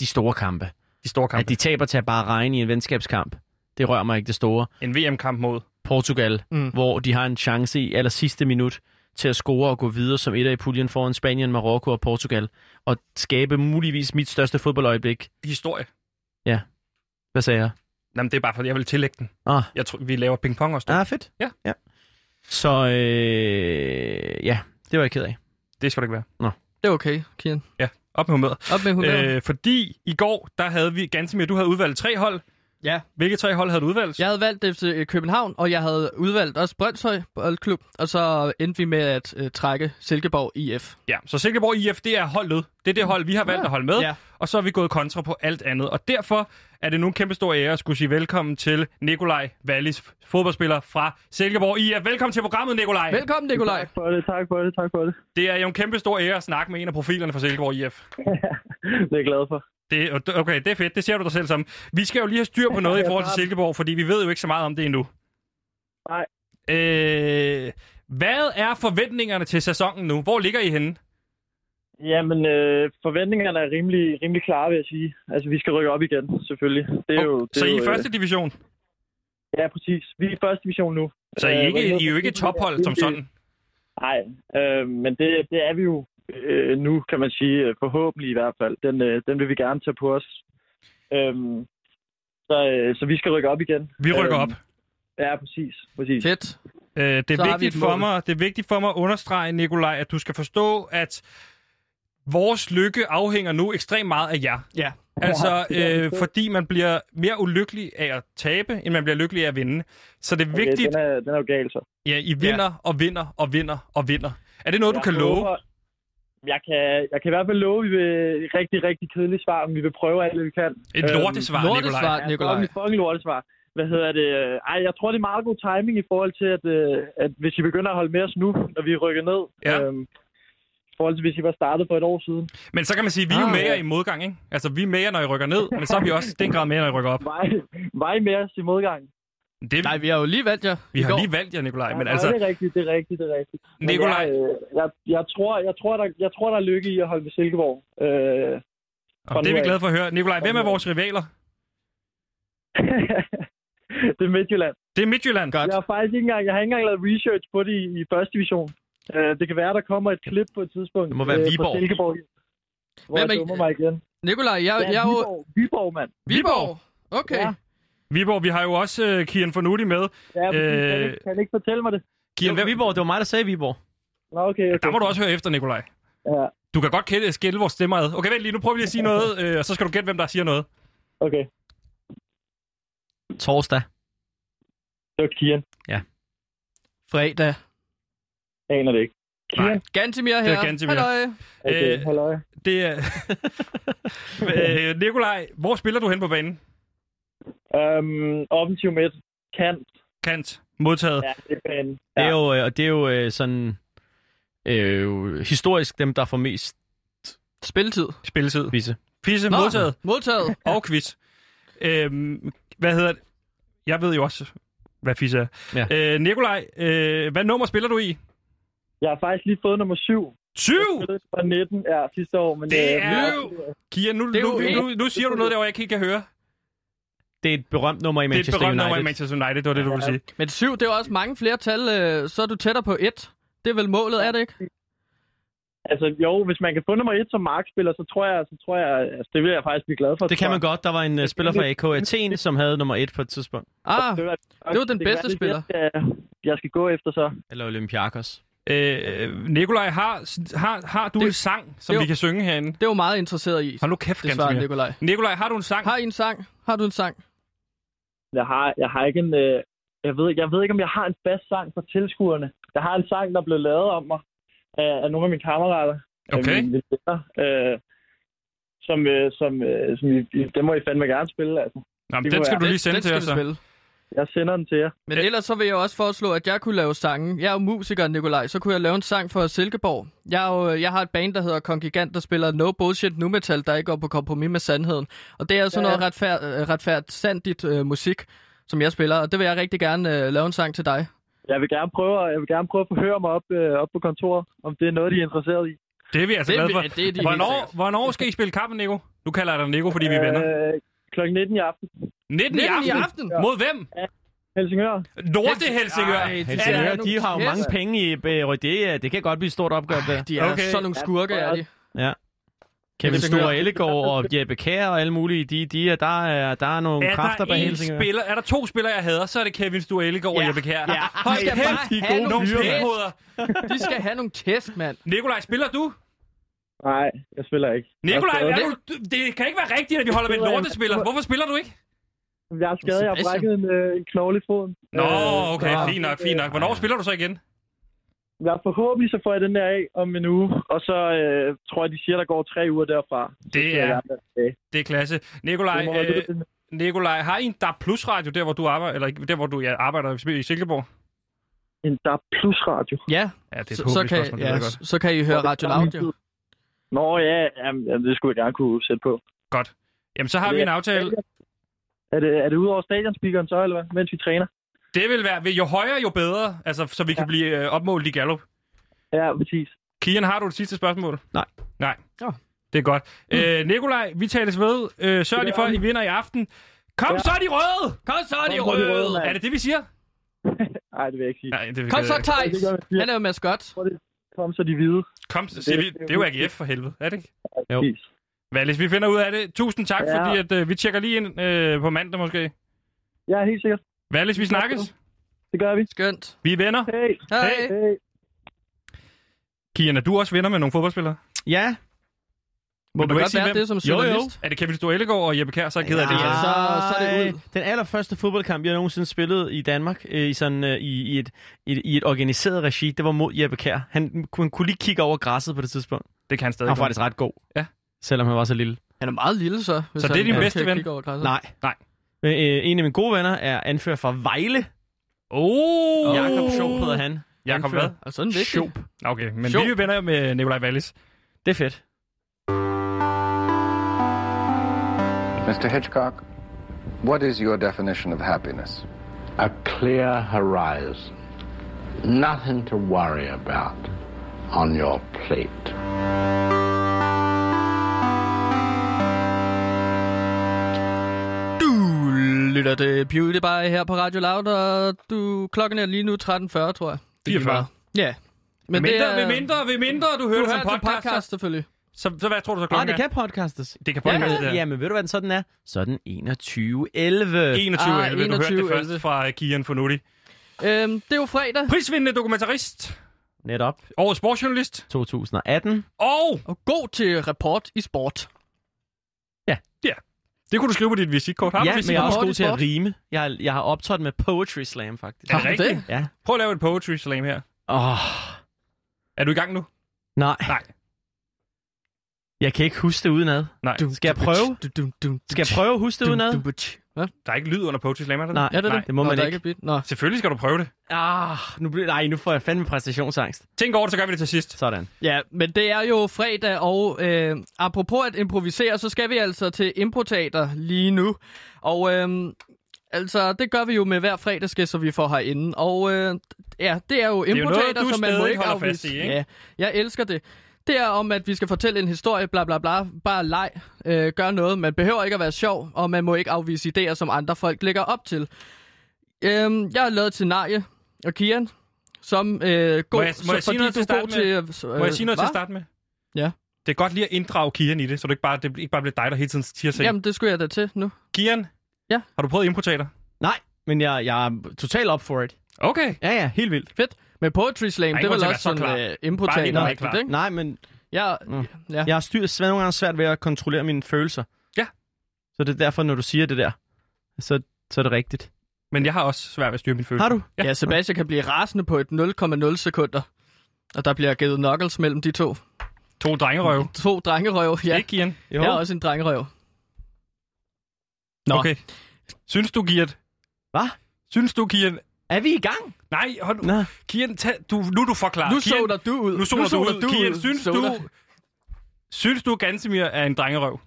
S3: de store kampe. kampe.
S1: de store kampe.
S3: At de taber til at bare regne i en venskabskamp. Det rører mig ikke det store.
S1: En VM-kamp mod
S3: Portugal,
S2: Mm.
S3: mm. hvor de har en chance i aller sidste minut til at score og gå videre som et af i puljen foran Spanien, Marokko og Portugal, og skabe muligvis mit største fodboldøjeblik.
S1: historie.
S3: Hvad sagde jeg?
S1: Jamen, det er bare fordi, jeg vil tillægge den.
S3: Ah,
S1: Jeg tror, vi laver pingpong også.
S3: ah fedt.
S1: Ja.
S3: ja. Så øh, ja, det var jeg ked af.
S1: Det skal det ikke være.
S2: Det er okay, Kian.
S1: Ja, op med humøret.
S2: Op med humøret. Øh...
S1: Øh, fordi i går, der havde vi ganske mere. Du havde udvalgt tre hold.
S2: Ja.
S1: Hvilke tre hold havde du udvalgt?
S2: Jeg havde valgt FC øh, København, og jeg havde udvalgt også Brøndshøj Boldklub, og så endte vi med at øh, trække Silkeborg IF.
S1: ja. Så Silkeborg IF, det er holdet. Det er det hold, vi har valgt at holde med.
S2: Ja.
S1: Og så er vi gået kontra på alt andet. Og derfor er det nu en kæmpe stor ære at skulle sige velkommen til Nikolaj Wallis, fodboldspiller fra Silkeborg IF. Velkommen til programmet, Nikolaj.
S2: Velkommen, Nikolaj.
S6: For det, tak for det, tak for det.
S1: Det er jo en kæmpe stor ære at snakke med en af profilerne fra Silkeborg IF.
S6: Det er jeg glad for.
S1: Det, okay, det er fedt. Det ser du dig selv som. Vi skal jo lige have styr på noget i forhold til Silkeborg, fordi vi ved jo ikke så meget om det endnu.
S6: Nej.
S1: Øh, hvad er forventningerne til sæsonen nu? Hvor ligger I henne?
S6: Jamen, øh, forventningerne er rimelig, rimelig klare, vil jeg sige. Altså, vi skal rykke op igen, selvfølgelig. Det er jo, det
S1: så
S6: er
S1: I er
S6: jo,
S1: i første division?
S6: Øh, ja, præcis. Vi er i første division nu.
S1: Så I er,
S6: Øh,
S1: ikke,
S6: rykker-
S1: I er jo ikke et tophold som sådan?
S6: Nej, øh, men det, det er vi jo øh, nu, kan man sige. øh, Forhåbentlig i hvert fald. Den, øh, den vil vi gerne tage på os. Øh, så, øh, så vi skal rykke op igen.
S1: Vi rykker
S6: Øh,
S1: op.
S6: Ja, præcis. præcis.
S2: Fedt.
S1: Øh, det,
S2: Så
S1: er
S2: har vi
S1: vigtigt
S2: et
S1: for
S2: mål.
S1: mig, det er vigtigt for mig at understrege, Nikolaj, at du skal forstå, at vores lykke afhænger nu ekstremt meget af jer.
S2: Ja.
S1: Altså, øh, fordi man bliver mere ulykkelig af at tabe, end man bliver lykkelig af at vinde. Så det er
S6: Okay,
S1: vigtigt,
S6: Den er, den er jo gal, så.
S1: Ja, I vinder ja. og vinder og vinder og vinder. Er det noget, du
S6: Jeg
S1: kan love?
S6: håber- Jeg kan, jeg kan i hvert fald love, at vi vil et rigtig, rigtig kedeligt svar, men vi vil prøve alt, hvad vi kan.
S1: Et lortesvar, øhm, Nikolaj.
S2: Lortesvar, Nikolaj.
S6: Ja, fucking lortesvar. Hvad hedder det? Ej, jeg tror, det er meget god timing i forhold til, at, øh, at hvis I begynder at holde med os nu, når vi rykker ned.
S1: Ja.
S6: Øhm, I forhold til, hvis I var startet for et år siden.
S1: Men så kan man sige, at vi er jo
S2: Ah,
S1: med jer
S2: ja.
S1: i modgang, ikke? Altså, vi er med jer, når I rykker ned, men så er vi også i den grad med jer, når I rykker op.
S6: Var I, var I med os i modgang?
S1: Det,
S2: Nej, vi har jo lige valgt jer.
S1: vi
S2: i
S1: har
S2: går.
S1: lige valgt jer, Nikolaj, men
S6: Ja,
S1: altså,
S6: Det er rigtigt, det er rigtigt, det er rigtigt. Men
S1: Nikolaj.
S6: Jeg, øh, jeg, jeg, tror, jeg, tror, der, jeg tror, der er lykke i at holde ved Silkeborg. Øh,
S1: og det er vi glade for at høre. Nikolaj, hvem er vores rivaler?
S6: det er Midtjylland.
S1: Det er Midtjylland.
S2: Godt.
S6: Jeg har faktisk ikke engang, jeg har ikke engang lavet research på det i, i første division. Øh, det kan være, der kommer et klip på et tidspunkt.
S3: Det må være
S6: øh, fra
S3: Viborg.
S6: Silkeborg. Hvor
S2: Hvem
S6: jeg
S2: er-
S6: dummer mig igen.
S2: Nikolaj, jeg,
S6: Ja,
S2: jeg er jo...
S6: Viborg, Viborg, mand.
S2: Viborg. Okay.
S6: Ja.
S1: Viborg, vi har jo også uh, Kian Fornuti med.
S6: Ja, præcis.
S1: Øh,
S6: kan, I ikke, kan I ikke fortælle mig det?
S1: Kian, hvem,
S3: Viborg, det var mig, der sagde Viborg.
S6: Nå, okay. okay.
S1: der må du også høre efter, Nikolaj.
S6: Ja,
S1: Du kan godt kende- skille vores stemmer ad. Okay, vent lige, nu prøver vi lige at sige noget, øh, og så skal du gætte, hvem der siger noget.
S6: okay.
S3: Torsdag.
S6: Det var Kian.
S2: Fredag.
S6: Jeg aner det ikke.
S1: Nej,
S2: Gantimir
S1: det
S2: her.
S1: er Gantimir.
S2: Halløj.
S1: Okay, øh, det er... øh, Nikolaj, hvor spiller du hen på banen?
S8: Øhm, offensiv midt. Kant.
S1: Kant, modtaget.
S8: Ja, det er banen.
S3: Det er jo, øh, og det er jo øh, sådan øh, historisk dem, der får mest
S2: Spilletid.
S1: Spilletid.
S3: visse.
S1: Pisse,
S2: Nå,
S1: modtaget.
S2: Modtaget.
S1: og quiz. Øhm, hvad hedder det? Jeg ved jo også, hvad fisse er.
S3: Ja.
S1: Øh, Nikolaj, øh, hvad nummer spiller du i?
S8: Jeg har faktisk lige fået nummer 7.
S1: Syv!
S8: Det var 19 ja, sidste år. Men,
S1: Det
S8: øh,
S1: er jo... Kia, nu,
S2: Det er jo
S1: nu,
S2: ikke-
S1: nu, nu siger du noget der, hvor jeg ikke helt kan høre.
S3: Det er et berømt nummer i
S1: Det er et
S3: Manchester
S1: berømt nummer i
S3: United.
S1: Manchester United, det var det, du ville sige.
S2: Men syv, det er jo også mange flere tal. øh, Så er du tættere på et. Det er vel målet, er det ikke?
S8: Altså, jo, hvis man kan få nummer 1 som markspiller, så tror jeg, så tror jeg altså, det vil jeg faktisk blive glad for.
S3: det kan man godt. Der var en uh, spiller fra AK Athen, som havde nummer et på et tidspunkt.
S2: Ah, Det var den bedste spiller.
S8: Jeg skal, jeg skal gå efter så.
S3: Eller Olympiakos.
S1: Øh, Nikolaj, har, har, har du
S2: Det-
S1: en sang, som
S2: det er
S1: vi
S2: jo-
S1: kan synge herinde?
S2: det er jo meget interesseret i.
S1: Hold nu kæft,
S2: Det svarer
S1: ganske mere.
S2: Nikolaj.
S1: Nikolaj, har du en sang?
S2: Har I en sang? Har du en sang?
S8: Jeg har, jeg har ikke en... Øh, jeg, ved, jeg ved ikke, om jeg har en fast sang for tilskuerne. Jeg har en sang, der blev lavet om mig af, af nogle af mine kammerater. af
S1: Okay.
S8: mine venner, øh, som, øh, som, øh, som I, I- den må I fandme gerne spille, altså.
S1: Nå, men
S8: det
S1: den
S8: må
S1: skal
S8: jeg-
S1: du lige
S2: Den-
S1: sende
S2: den
S1: til
S2: skal
S1: os.
S2: vi
S1: så.
S2: spille.
S8: Jeg sender den til jer.
S2: Men ellers så vil jeg også foreslå, at jeg kunne lave sange. Jeg er jo musiker, Nikolaj, så kunne jeg lave en sang for Silkeborg. Jeg, er jo, øh, jeg har et band, der hedder Kongigant, der spiller No Bullshit Nu Metal, der ikke går på kompromis med sandheden. Og det er jo sådan
S8: Ja,
S2: ja,
S8: ja.
S2: noget retfærd, øh, retfærdigt øh, musik, som jeg spiller, og det vil jeg rigtig gerne øh, lave en sang til dig.
S8: Jeg vil gerne prøve, at- jeg vil gerne prøve at forhøre mig op, øh, op på kontoret, om det er noget, de er interesseret i.
S1: Det er vi altså
S2: Det er
S1: glade
S2: vi-
S1: for.
S2: det er de helt
S1: Hvornår,
S2: sikkert.
S1: hvornår skal I spille kampen, Nico? Nu kalder jeg dig Nico, fordi vi er venner.
S8: Øh, klokken 19 i aften.
S1: 19 i
S2: 19 i
S1: aften.
S2: aften.
S1: Mod hvem?
S8: Helsingør.
S1: Norte Helsingør.
S2: Ej,
S3: Helsingør,
S2: Ja, nu-
S3: de har jo
S2: Yes.
S3: mange penge i øh, det, det kan godt blive et stort opgør der.
S2: De er
S1: Okay.
S2: okay. sådan nogle skurke,
S8: Ja,
S2: er de.
S3: Kevin
S2: Helsingør.
S3: Store Ellegaard og Jeppe Kær og alle mulige, de, de er, der, er, der er nogle
S1: Er
S3: kræfter
S1: der,
S3: bag
S1: en
S3: Helsingør.
S1: spiller, er der to spillere, jeg hader, så er det Kevin Stue Ellegaard og
S2: Ja.
S1: Jeppe Kjær.
S3: Ja.
S1: Hold
S2: De skal
S1: kæft,
S2: bare
S1: de er
S2: have
S1: gode
S2: nogle
S1: fyre,
S2: fyre, mand.
S1: hoder.
S2: De skal have nogle test, mand.
S1: Nikolaj, spiller du?
S8: Nej, jeg spiller ikke.
S1: Nikolaj,
S8: Jeg
S1: er
S8: er
S1: du, du- det kan ikke være rigtigt, at vi holder med en
S8: Nikolaj,
S1: lortespiller. Hvorfor spiller du ikke?
S8: skadet. Jeg er skadet. Jeg har
S2: Sebastian.
S8: brækket en, øh, en knogle i foden.
S1: Nå,
S8: Øh,
S1: okay,
S3: nå.
S1: fint nok, fint nok. Hvornår spiller du så igen?
S8: Ja, forhåbentlig så får jeg den der af om en uge, og så øh, tror jeg, de siger, der går tre uger derfra.
S1: Det er, det er klasse. Nikolaj,
S8: Nej,
S1: øh,
S8: øh,
S1: Nikolaj, har I en DAB Plus radio, der hvor du arbejder, eller ikke, der hvor du ja, arbejder i Silkeborg?
S8: en DAB Plus radio.
S2: Ja,
S1: Ja, det er et
S2: så, så,
S1: håbløst
S2: kan,
S1: spørgsmål, det ved
S2: ja,
S1: jeg godt.
S2: så kan I høre Radio Loud, jo.
S8: Nå ja, jamen, jamen, det skulle jeg gerne kunne sætte på.
S1: Godt. Jamen, så har vi en aftale.
S8: Er det, er det ud over stadionspeakeren så, eller hvad? Mens vi træner?
S1: Det vil være, jo højere, jo bedre, altså, så vi kan blive øh, opmålt i Gallup.
S8: Ja, præcis.
S1: Kian, har du et sidste spørgsmål?
S3: Nej.
S1: Nej.
S2: Nå.
S1: Det er godt.
S8: Mm.
S1: Øh, Nikolaj, vi tales ved. Øh, sørg lige for, at I vinder i aften. Kom så, de røde!
S2: Kom så, de
S8: Kom så, de røde,
S2: røde!
S8: mand.
S1: Er det det, vi siger?
S8: Nej, det vil jeg ikke sige.
S1: Nej, det vi
S2: Kom så, Thijs!
S8: Det gør vi.
S2: Han er jo maskot.
S8: Kom så de hvide.
S1: Kom, så siger vi, det er jo AGF for helvede, er det ikke?
S3: Jo.
S8: Præcis.
S1: Valis, vi finder ud af det. Tusind tak,
S8: Ja.
S1: fordi at, øh, vi tjekker lige ind øh, på mandag måske.
S8: Ja, helt sikkert.
S1: Valis, vi snakkes.
S8: Det gør vi.
S2: Skønt.
S1: Vi er venner.
S8: Hey.
S2: Hej!
S8: Hey.
S1: Kian, er du også venner med nogle fodboldspillere?
S3: Ja,
S2: Må
S1: Men du
S2: man
S1: vil
S2: godt
S1: ikke sige,
S2: være
S1: hvem?
S2: det som
S3: Jo, jo.
S2: journalist?
S1: Er det Kevin Stor Ellegaard og Jeppe Kær, så er jeg ked af det.
S2: Ja.
S1: Jens.
S2: så- så er det ud.
S3: Den allerførste fodboldkamp, jeg nogensinde spillede i Danmark, øh, i, sådan, øh, i, i, et, i, i et organiseret regi, det var mod Jeppe Kær. Han, kunne- han kunne lige kigge over græsset på det tidspunkt.
S1: Det kan han stadig
S3: Han var
S1: godt.
S3: faktisk ret god.
S1: Ja.
S3: Selvom han var så lille.
S2: Han er meget lille, så. hvis
S1: Så det er
S2: han
S1: din
S2: kan
S1: bedste ven?
S2: kigge over græsset.
S3: Nej.
S1: Nej.
S3: Men, øh, en af mine gode venner er anfører fra Vejle.
S1: Oh!
S3: Oh. Jakob Schoop hedder han.
S1: Jakob
S3: Anfører.
S1: hvad?
S2: Og sådan vigtigt.
S3: Sjov.
S1: Okay, men
S2: Sjov.
S1: vi er venner med Nikolaj Wallis.
S3: Det er fedt.
S9: Mr. Hitchcock, what is your definition of happiness?
S10: a clear horizon, nothing to worry about on your plate.
S2: Du lytter til Beauty Bay her på Radio Loud, og du, klokken er lige nu 13.40, tror jeg. Det
S1: 44.
S2: er lige meget. Ja.
S1: Men mindre, ved mindre, ved mindre, du hører
S2: Du
S1: det
S2: hører
S1: som
S2: til
S1: podcast.
S2: podcast, selvfølgelig.
S1: Så, så hvad tror du så
S3: Nej,
S1: klokken
S3: Ah, det
S1: er?
S3: kan podcastes.
S1: Det kan
S3: Ja,
S1: podcast,
S3: ja.
S1: ja.
S3: Jamen, ved du, hvad den sådan er? Så er den 21.11.
S1: 21
S2: Ah,
S1: ah, du hørte det
S2: 21.
S1: først fra Kian Fornuti.
S2: Øhm, det er jo fredag.
S1: Prisvindende dokumentarist,
S3: Netop.
S1: årets sportsjournalist
S3: 2018.
S1: og...
S2: Og god til report i sport.
S1: Det kunne du skrive på dit visitkort. Har
S3: ja,
S1: du
S3: men jeg
S1: visitkort?
S3: er også
S2: Sport
S3: god
S2: i
S3: til at
S2: sport?
S3: rime. Jeg, jeg har optrådt med Poetry Slam, faktisk.
S1: Er
S2: Har
S1: det
S2: du det?
S1: rigtigt?
S3: Ja.
S1: Prøv at lave et poetry slam her.
S3: Åh, oh,
S1: Er du i gang nu?
S3: Nej.
S1: Nej.
S3: Jeg kan ikke huske det udenad.
S1: Nej.
S3: Skal jeg prøve? Skal jeg prøve at huske det udenad?
S1: Hvad? Der er ikke lyd under Poetry Slam, er der
S3: Nej,
S1: det? Nej,
S3: det må man ikke.
S1: Nå. Selvfølgelig skal du prøve det.
S3: Ah, nu bliver, nej, nu får jeg fandme præstationsangst.
S1: Tænk over det, så gør vi det til sidst.
S3: Sådan.
S2: Ja, men det er jo fredag, og øh, apropos at improvisere, så skal vi altså til improteater lige nu. Og øh, altså, det gør vi jo med hver fredagsgæst, så vi får herinde. Og øh, ja, det er jo
S1: er jo noget,
S2: improteater,
S1: du
S2: som man må
S1: stadig
S2: ikke
S1: holder fast
S2: afvise.
S1: i, ikke?
S2: Ja, jeg elsker det. Det er om, at vi skal fortælle en historie, bla bla bla, bare leg, øh, gør noget. Man behøver ikke at være sjov, og man må ikke afvise idéer, som andre folk lægger op til. Øhm, jeg har lavet et scenarie, og Kian, som øh, god,
S1: må jeg, må
S2: så-
S1: jeg sige
S2: fordi
S1: noget til
S2: du er
S1: at starte
S2: god
S1: med?
S2: til,
S1: må jeg sige noget til
S2: Øh, hva?
S1: at starte med?
S2: Ja.
S1: Det er godt lige at inddrage Kian i det, så det ikke bare, det ikke bare bliver dig, der hele tiden siger sig.
S2: Jamen, det skulle jeg da til nu.
S1: Kian,
S2: Ja.
S1: har du prøvet importater?
S3: Nej, men jeg, jeg er totalt up for it.
S1: Okay.
S3: Ja, ja, helt vildt.
S2: Fedt. Men Poetry Slam,
S3: Der er
S2: det
S3: ingen
S2: var
S3: grund til at
S2: også
S3: være så
S2: sådan
S3: klar.
S2: uh,
S3: Bare lige,
S2: improtater.
S3: når man er klar.
S2: ikke?
S3: Nej, men
S2: Ja,
S3: Mm.
S2: ja.
S3: jeg har styrt svært, nogle gange svært ved at kontrollere mine følelser.
S1: Ja.
S3: Så det er derfor, når du siger det der, så, så er det rigtigt.
S1: Men jeg har også svært ved at styre mine følelser.
S3: Har du?
S1: Ja.
S2: ja, Sebastian kan blive rasende på et 0,0 sekunder. Og der bliver givet knuckles mellem de to.
S1: To drengerøve.
S2: To drengerøv, ja.
S1: Ikke, Kian?
S3: Jo.
S2: Jeg er også en drengerøv. Nå.
S1: Okay. Synes du, Kian?
S3: Hvad?
S1: Synes du, Kian?
S3: Er vi i gang?
S1: Nej, hold nu.
S3: Nå.
S1: Kian, tag, du, nu er du forklaret.
S2: Nu
S1: Ah, Kian,
S2: zoner du ud.
S1: Nu zoner du ud. Kian, synes
S2: Zoner.
S1: du, synes du, Gansimir er en drengerøv?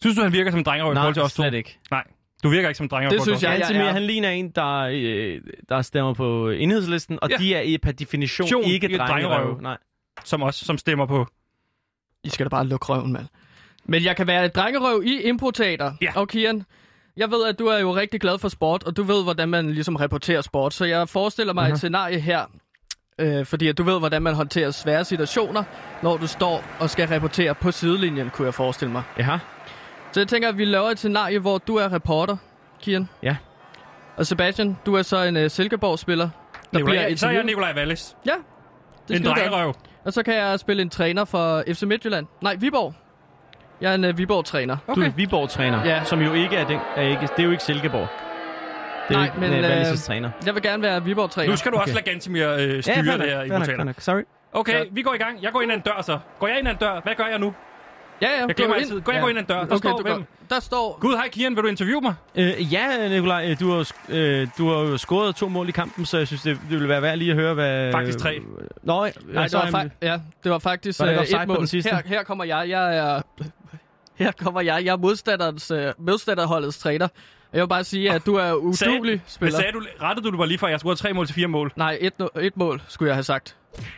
S1: Synes du, han virker som en drengerøv i forhold til os to?
S3: slet ikke.
S1: Nej, du virker ikke som en drengerøv. i
S2: Det
S1: forhold
S2: synes
S1: til os.
S2: jeg,
S3: Ja,
S2: jeg
S3: Antimir,
S2: er.
S3: han ligner en, der, øh, der stemmer på enhedslisten, og
S1: Ja.
S3: ja. de er i- per definition
S1: Tion,
S3: ikke
S1: ikke
S3: drengerøve.
S1: drengerøve.
S3: Nej.
S1: Som os, som stemmer på.
S2: I skal da bare lukke røven, mand. Men jeg kan være et drengerøv i improteater.
S1: Ja.
S2: Og Kian, jeg ved, at du er jo rigtig glad for sport, og du ved, hvordan man ligesom rapporterer sport. Så jeg forestiller mig
S1: Mhm.
S2: et scenarie her, øh, fordi at du ved, hvordan man håndterer svære situationer, når du står og skal rapportere på sidelinjen, kunne jeg forestille mig.
S3: Ja.
S2: Så jeg tænker, at vi laver et scenarie, hvor du er reporter, Kian.
S3: Ja.
S2: Og Sebastian, du er så en øh, Silkeborg-spiller. Der
S1: Nicolai, så er jeg
S2: interviewet.
S1: Nikolaj Wallis.
S2: Ja, det
S1: En
S2: skal du gøre.
S1: drengerøv.
S2: Og så kan jeg spille en træner for FC Midtjylland. Nej, Viborg. Jeg er en uh, Viborg-træner.
S3: Du er Viborg-træner,
S2: Ja.
S3: ja. som jo ikke er, den, er ikke, det er jo ikke Silkeborg. Det er
S2: Nej,
S3: jo ikke
S2: men,
S3: men,
S2: øh,
S3: Valles' træner.
S2: Jeg vil gerne være Viborg-træner.
S1: Nu skal du også lade Gantimir øh, styre
S3: fair
S1: det her
S3: nok, fair nok, fair
S1: importater.
S3: nok. Sorry.
S1: Okay, vi går i gang. Jeg går ind ad en dør, så. Går jeg ind ad en dør? Hvad gør jeg nu?
S2: Ja, ja,
S1: Jeg glemmer altid. Går jeg går ind ad en dør? Der
S2: Okay,
S1: står
S2: du går.
S1: hvem?
S2: Der står...
S1: Gud, hej Kian, vil du interviewe mig?
S3: Øh, ja, Nikolaj, øh, du har, jo sk- øh, du har jo scoret to mål i kampen, så jeg synes, det, det ville være værd lige at høre, hvad...
S1: Faktisk tre.
S3: Nå, altså,
S2: Nej, det var, fa- ja, det var faktisk
S3: Var det
S2: øh,
S3: offside
S2: et
S3: på
S2: mål.
S3: den sidste?
S2: Her, her kommer jeg. Jeg er... Her kommer jeg. Jeg er modstanderens, øh, modstanderholdets træner. Jeg vil bare sige, at du er udulig spiller.
S1: Sagde du, rettede du det bare lige før, jeg scorede tre mål til fire mål?
S2: Nej, et, no- et mål, skulle jeg have sagt.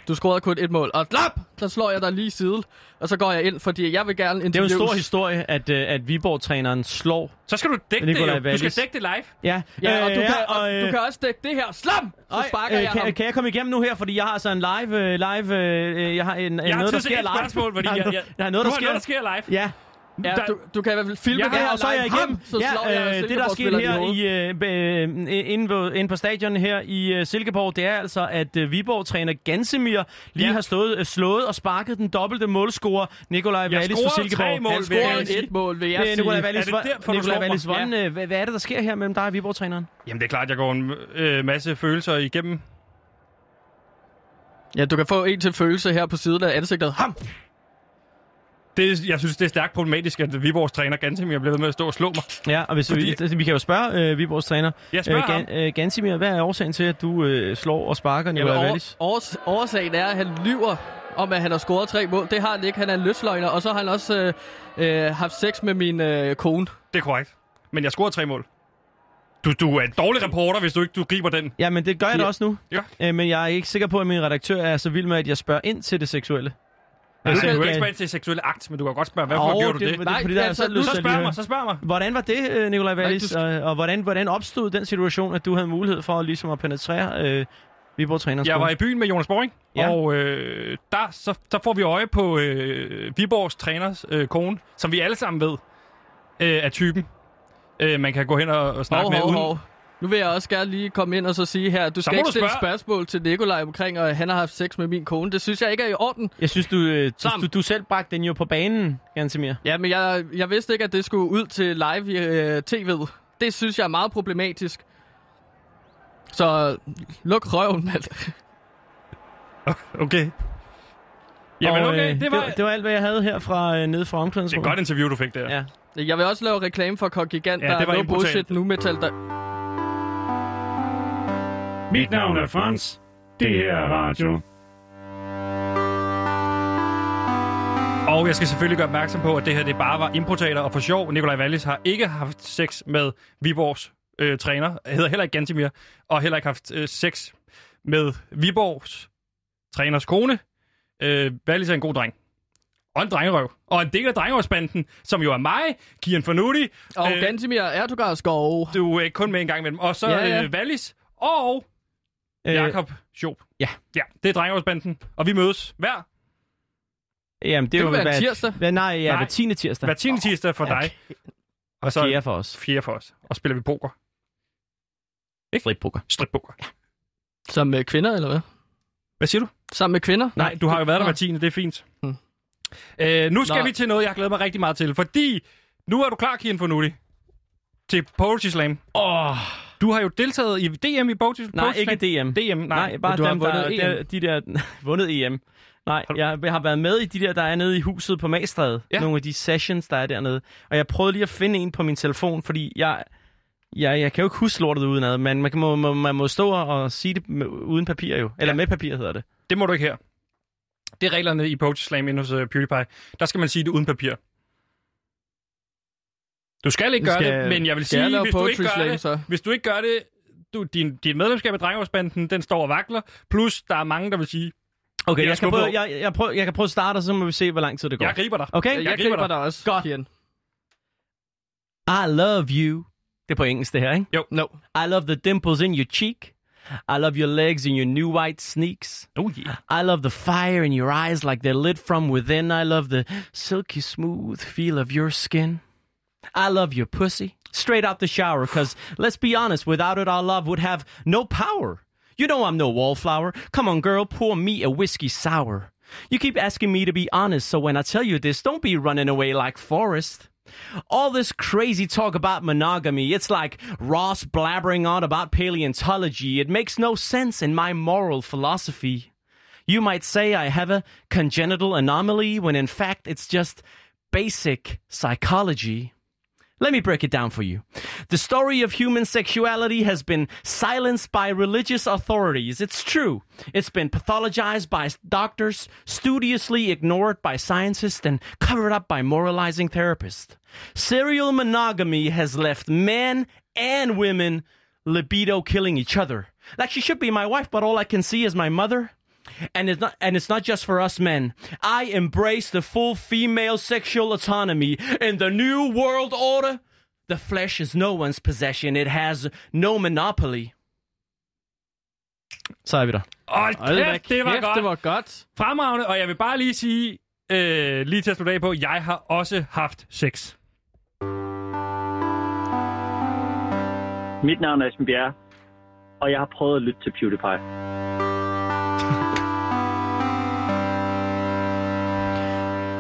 S2: Du scorede kun et mål. Og lap! Der slår jeg dig lige i siden. Og så går jeg ind, fordi jeg vil gerne
S3: Det er jo
S2: interviews.
S3: en stor historie, at, øh, at Viborg-træneren slår...
S1: Så skal du dække det
S3: Nicolai
S1: jo. Du skal
S3: Wallis. Øh,
S1: dække det live.
S3: Ja,
S2: Ja, og du, kan, og,
S3: øh,
S2: du kan også dække det her. Slam! Så
S3: Ej,
S2: sparker
S3: øh,
S2: jeg
S3: kan,
S2: ham.
S3: Kan jeg komme igennem nu her, fordi jeg har altså en live... Øh, live øh, jeg har en, jeg
S1: har
S3: noget,
S1: tid til
S3: der sker
S1: et
S3: live.
S1: spørgsmål, fordi
S3: der, er
S1: jeg-
S3: no-
S1: jeg-
S3: der er noget,
S1: du har
S3: der sker.
S1: noget, der sker live.
S3: Ja,
S2: Ja,
S1: Der-
S2: du, du kan i hvert fald filme
S1: Jeg
S2: det
S1: har-
S2: her
S3: og så er
S2: live.
S3: jeg igennem.
S2: Ham, så slår
S3: ja,
S2: jeg
S3: øh, det, der sker
S2: Silkeborg-spilleren
S3: her
S2: i hovedet.
S3: i, øh, b- øh, inde, ved, inde på stadion her i øh, Silkeborg, det er altså, at øh, Viborg-træner Gansemir lige
S1: Ja.
S3: ja. har stået, øh, slået og sparket den dobbelte målscorer, Nikolaj
S1: Jeg
S3: Wallis fra
S1: scorede
S3: Silkeborg.
S1: tre mål,
S2: Han
S1: vil jeg gerne
S2: scorede
S1: sige.
S2: et mål, vil jeg
S3: Øh,
S2: sige.
S3: Nikolaj
S1: Er
S3: Wallis,
S1: det derfor, du
S3: hvor- Nikolaj
S1: slår
S3: Wallis,
S1: mig?
S3: hvordan, øh, hvad, hvad er det, der sker her mellem dig og Viborg-træneren?
S1: Jamen, det er klart, jeg går en øh, masse følelser igennem.
S2: Ja, du kan få en til følelse her på siden af ansigtet. Ham!
S1: Det, jeg synes, det er stærkt problematisk, at Viborgs træner Gantemir bliver ved med at stå og slå mig.
S3: Ja, og hvis
S1: Fordi-
S3: vi, altså, vi kan jo spørge øh, Viborgs træner.
S1: Jeg spørger
S3: øh, øh, Gansimir, hvad er årsagen til, at du øh, slår og sparker
S2: Jamen,
S3: Nikolaj Wallis?
S2: over, års, årsagen er, at han lyver om, at han har scoret tre mål. Det har han ikke. Han er en løsløgner. Og så har han også øh, øh, haft sex med min øh, kone.
S1: Det er korrekt. Men jeg scorede tre mål. Du, du er en dårlig reporter, hvis du ikke du griber den.
S3: Ja, men det gør jeg da også nu.
S1: Ja.
S3: Øh, men jeg er ikke sikker på, at min redaktør er så vild med, at jeg spørger ind til det seksuelle.
S1: Nej, du
S3: Altså,
S1: kan jo
S3: jeg-
S1: ikke spørge ind til seksuelle akt, men du kan godt spørge, hvorfor
S3: Åh,
S1: oh, gjorde du det?
S3: var
S1: det?
S2: Nej,
S3: fordi, der er
S2: altså,
S3: så
S2: nu
S3: lyst
S1: Så
S3: til at
S1: spørg
S3: lige
S1: mig, så spørg mig.
S3: høre. Hvordan var det, øh, Nikolaj Wallis?
S2: du-
S3: Og, og hvordan, hvordan opstod den situation, at du havde mulighed for ligesom at penetrere øh, Viborg-træneren?
S1: Jeg var i byen med Jonas Boring, ja.
S3: Ja.
S1: og øh, der så, så får vi øje på øh, Viborgs træners øh, kone, som vi alle sammen ved øh, er typen. Øh, man kan gå hen og, og snakke
S2: Hov,
S1: med
S2: hov,
S1: uden...
S2: hov. Nu vil jeg også gerne lige komme ind og så sige her, at du skal
S1: må
S2: ikke
S1: du
S2: stille
S1: spørge.
S2: spørgsmål til Nikolaj omkring, at han har haft sex med min kone. Det synes jeg ikke er i orden.
S3: Jeg synes, du, øh, du,
S2: Sam.
S3: du, du selv bragte den jo på banen, Gansimir.
S2: Ja, men jeg, jeg vidste ikke, at det skulle ud til live i øh, tv'et. Det synes jeg er meget problematisk. Så luk røven, mand.
S1: Okay. Jamen
S3: Og,
S1: okay,
S3: øh,
S1: det var...
S3: det, det var alt, hvad jeg havde her fra øh, nede fra omklædningsrummet.
S1: Det er et godt interview, du fik der.
S3: Ja.
S2: Jeg vil også lave reklame for Kok Gigant,
S1: Ja,
S2: der
S1: det var
S2: er no
S1: ikke brutalt.
S2: bullshit nu metal. Der...
S11: Mit navn er Frans. Det her er radio.
S1: Og jeg skal selvfølgelig gøre opmærksom på, at det her det bare var improtater og for sjov. Nikolaj Wallis har ikke haft sex med Viborgs øh, træner, hedder heller ikke Gantimir, og heller ikke haft øh, sex med Viborgs træners kone. Øh, Wallis er en god dreng. Og en drengerøv. Og en del af drengerøvsbanden, som jo er mig, Kian Fornuti.
S2: Og øh, Gantimir Erdogarskov.
S1: Du er øh, kun med en gang imellem. Og så
S2: Ja,
S1: ja,
S2: ja.
S1: ja. Øh, Wallis og
S3: Øh,
S1: øh, Jakob Schob.
S3: Ja.
S1: Ja, det er drengerøvsbanden. Og vi mødes hver
S3: Jamen,
S1: Det
S3: det, er jo
S1: kunne være
S3: hver-
S1: tirsdag.
S3: Hvad, nej, ja,
S1: Nej.
S3: hver tiende tirsdag.
S1: hver 10. tirsdag for dig.
S3: Og så... Fjerde for os.
S1: Fjerde for os. Og spiller vi poker. Ikke?
S3: Strippoker.
S1: Strippoker.
S2: Sammen med kvinder, eller hvad?
S1: Hvad siger du?
S2: Sammen med kvinder?
S1: Nej, du har jo været der hver tiende, det er fint.
S3: Mm.
S1: Øh, nu skal
S2: Nå.
S1: Nå. vi til noget, jeg glæder mig rigtig meget til, fordi nu er du klar, Kian Fornuti, til Poetry Slam.
S3: Oh.
S1: Du har jo deltaget i DM i Poetry Slam.
S3: Nej, ikke DM.
S1: DM, nej.
S3: Nej, bare
S1: du E
S3: dem, der, der, de der vundet EM. Nej, jeg har været med i de der, der er nede i huset på Magstræde. Ja. Nogle af de sessions, der er dernede. Og jeg prøvede lige at finde en på min telefon, fordi jeg, jeg, jeg kan jo ikke huske lortet udenad, men man, kan, må, må, man må stå og, og sige det med, uden papir jo. Eller ja. med papir hedder det.
S1: Det må du ikke her. Det er reglerne i Poetry Slam inde hos uh, PewDiePie. Der skal man sige det uden papir. Du skal ikke gøre
S2: Skal-
S1: det, men jeg vil
S2: skal jeg
S1: sige,
S2: lave
S1: hvis du, ikke
S2: Poetry
S1: gør
S2: Slam,
S1: det,
S2: så?
S1: hvis du ikke gør det, du, din, din medlemskab i Drengeårsbanden, den står og vakler. Plus, der er mange, der vil sige...
S3: Okay,
S1: "Det er
S3: jeg, kan
S1: skuffet
S3: prøve,
S1: over."
S3: jeg, jeg, prøver, jeg kan prøve at starte, og så må vi se, hvor lang tid det går.
S1: Jeg griber dig.
S3: Okay?
S1: Jeg griber dig.
S2: også, Godt. Kian.
S3: I love you. Det er på engelsk, det her, ikke?
S1: Jo.
S2: No.
S3: I love the dimples in your cheek. I love your legs in your new white sneaks.
S1: Oh, yeah.
S3: I love the fire in your eyes like they're lit from within. I love the silky smooth feel of your skin. I love your pussy. Straight out the shower, because let's be honest, without it, our love would have no power. You know I'm no wallflower. Come on, girl, pour me a whiskey sour. You keep asking me to be honest, so when I tell you this, don't be running away like Forrest. All this crazy talk about monogamy, it's like Ross blabbering on about paleontology. It makes no sense in my moral philosophy. You might say I have a congenital anomaly when in fact it's just basic psychology. Let me break it down for you. The story of human sexuality has been silenced by religious authorities. It's true. It's been pathologized by doctors, studiously ignored by scientists, and covered up by moralizing therapists. Serial monogamy has left men and women libido killing each other. Like she should be my wife, but all I can see is my mother. And it's not and it's not just for us men. I embrace the full female sexual autonomy in the new world order. The flesh is no one's possession. It has no monopoly. Så er vi der.
S1: Hold kæft, det var
S2: kæft,
S1: godt.
S2: det var godt.
S1: Fremragende, og jeg vil bare lige sige, øh, lige til at slutte af på, jeg har også haft sex.
S12: Mit navn er Esben Bjerre, og jeg har prøvet at lytte til PewDiePie.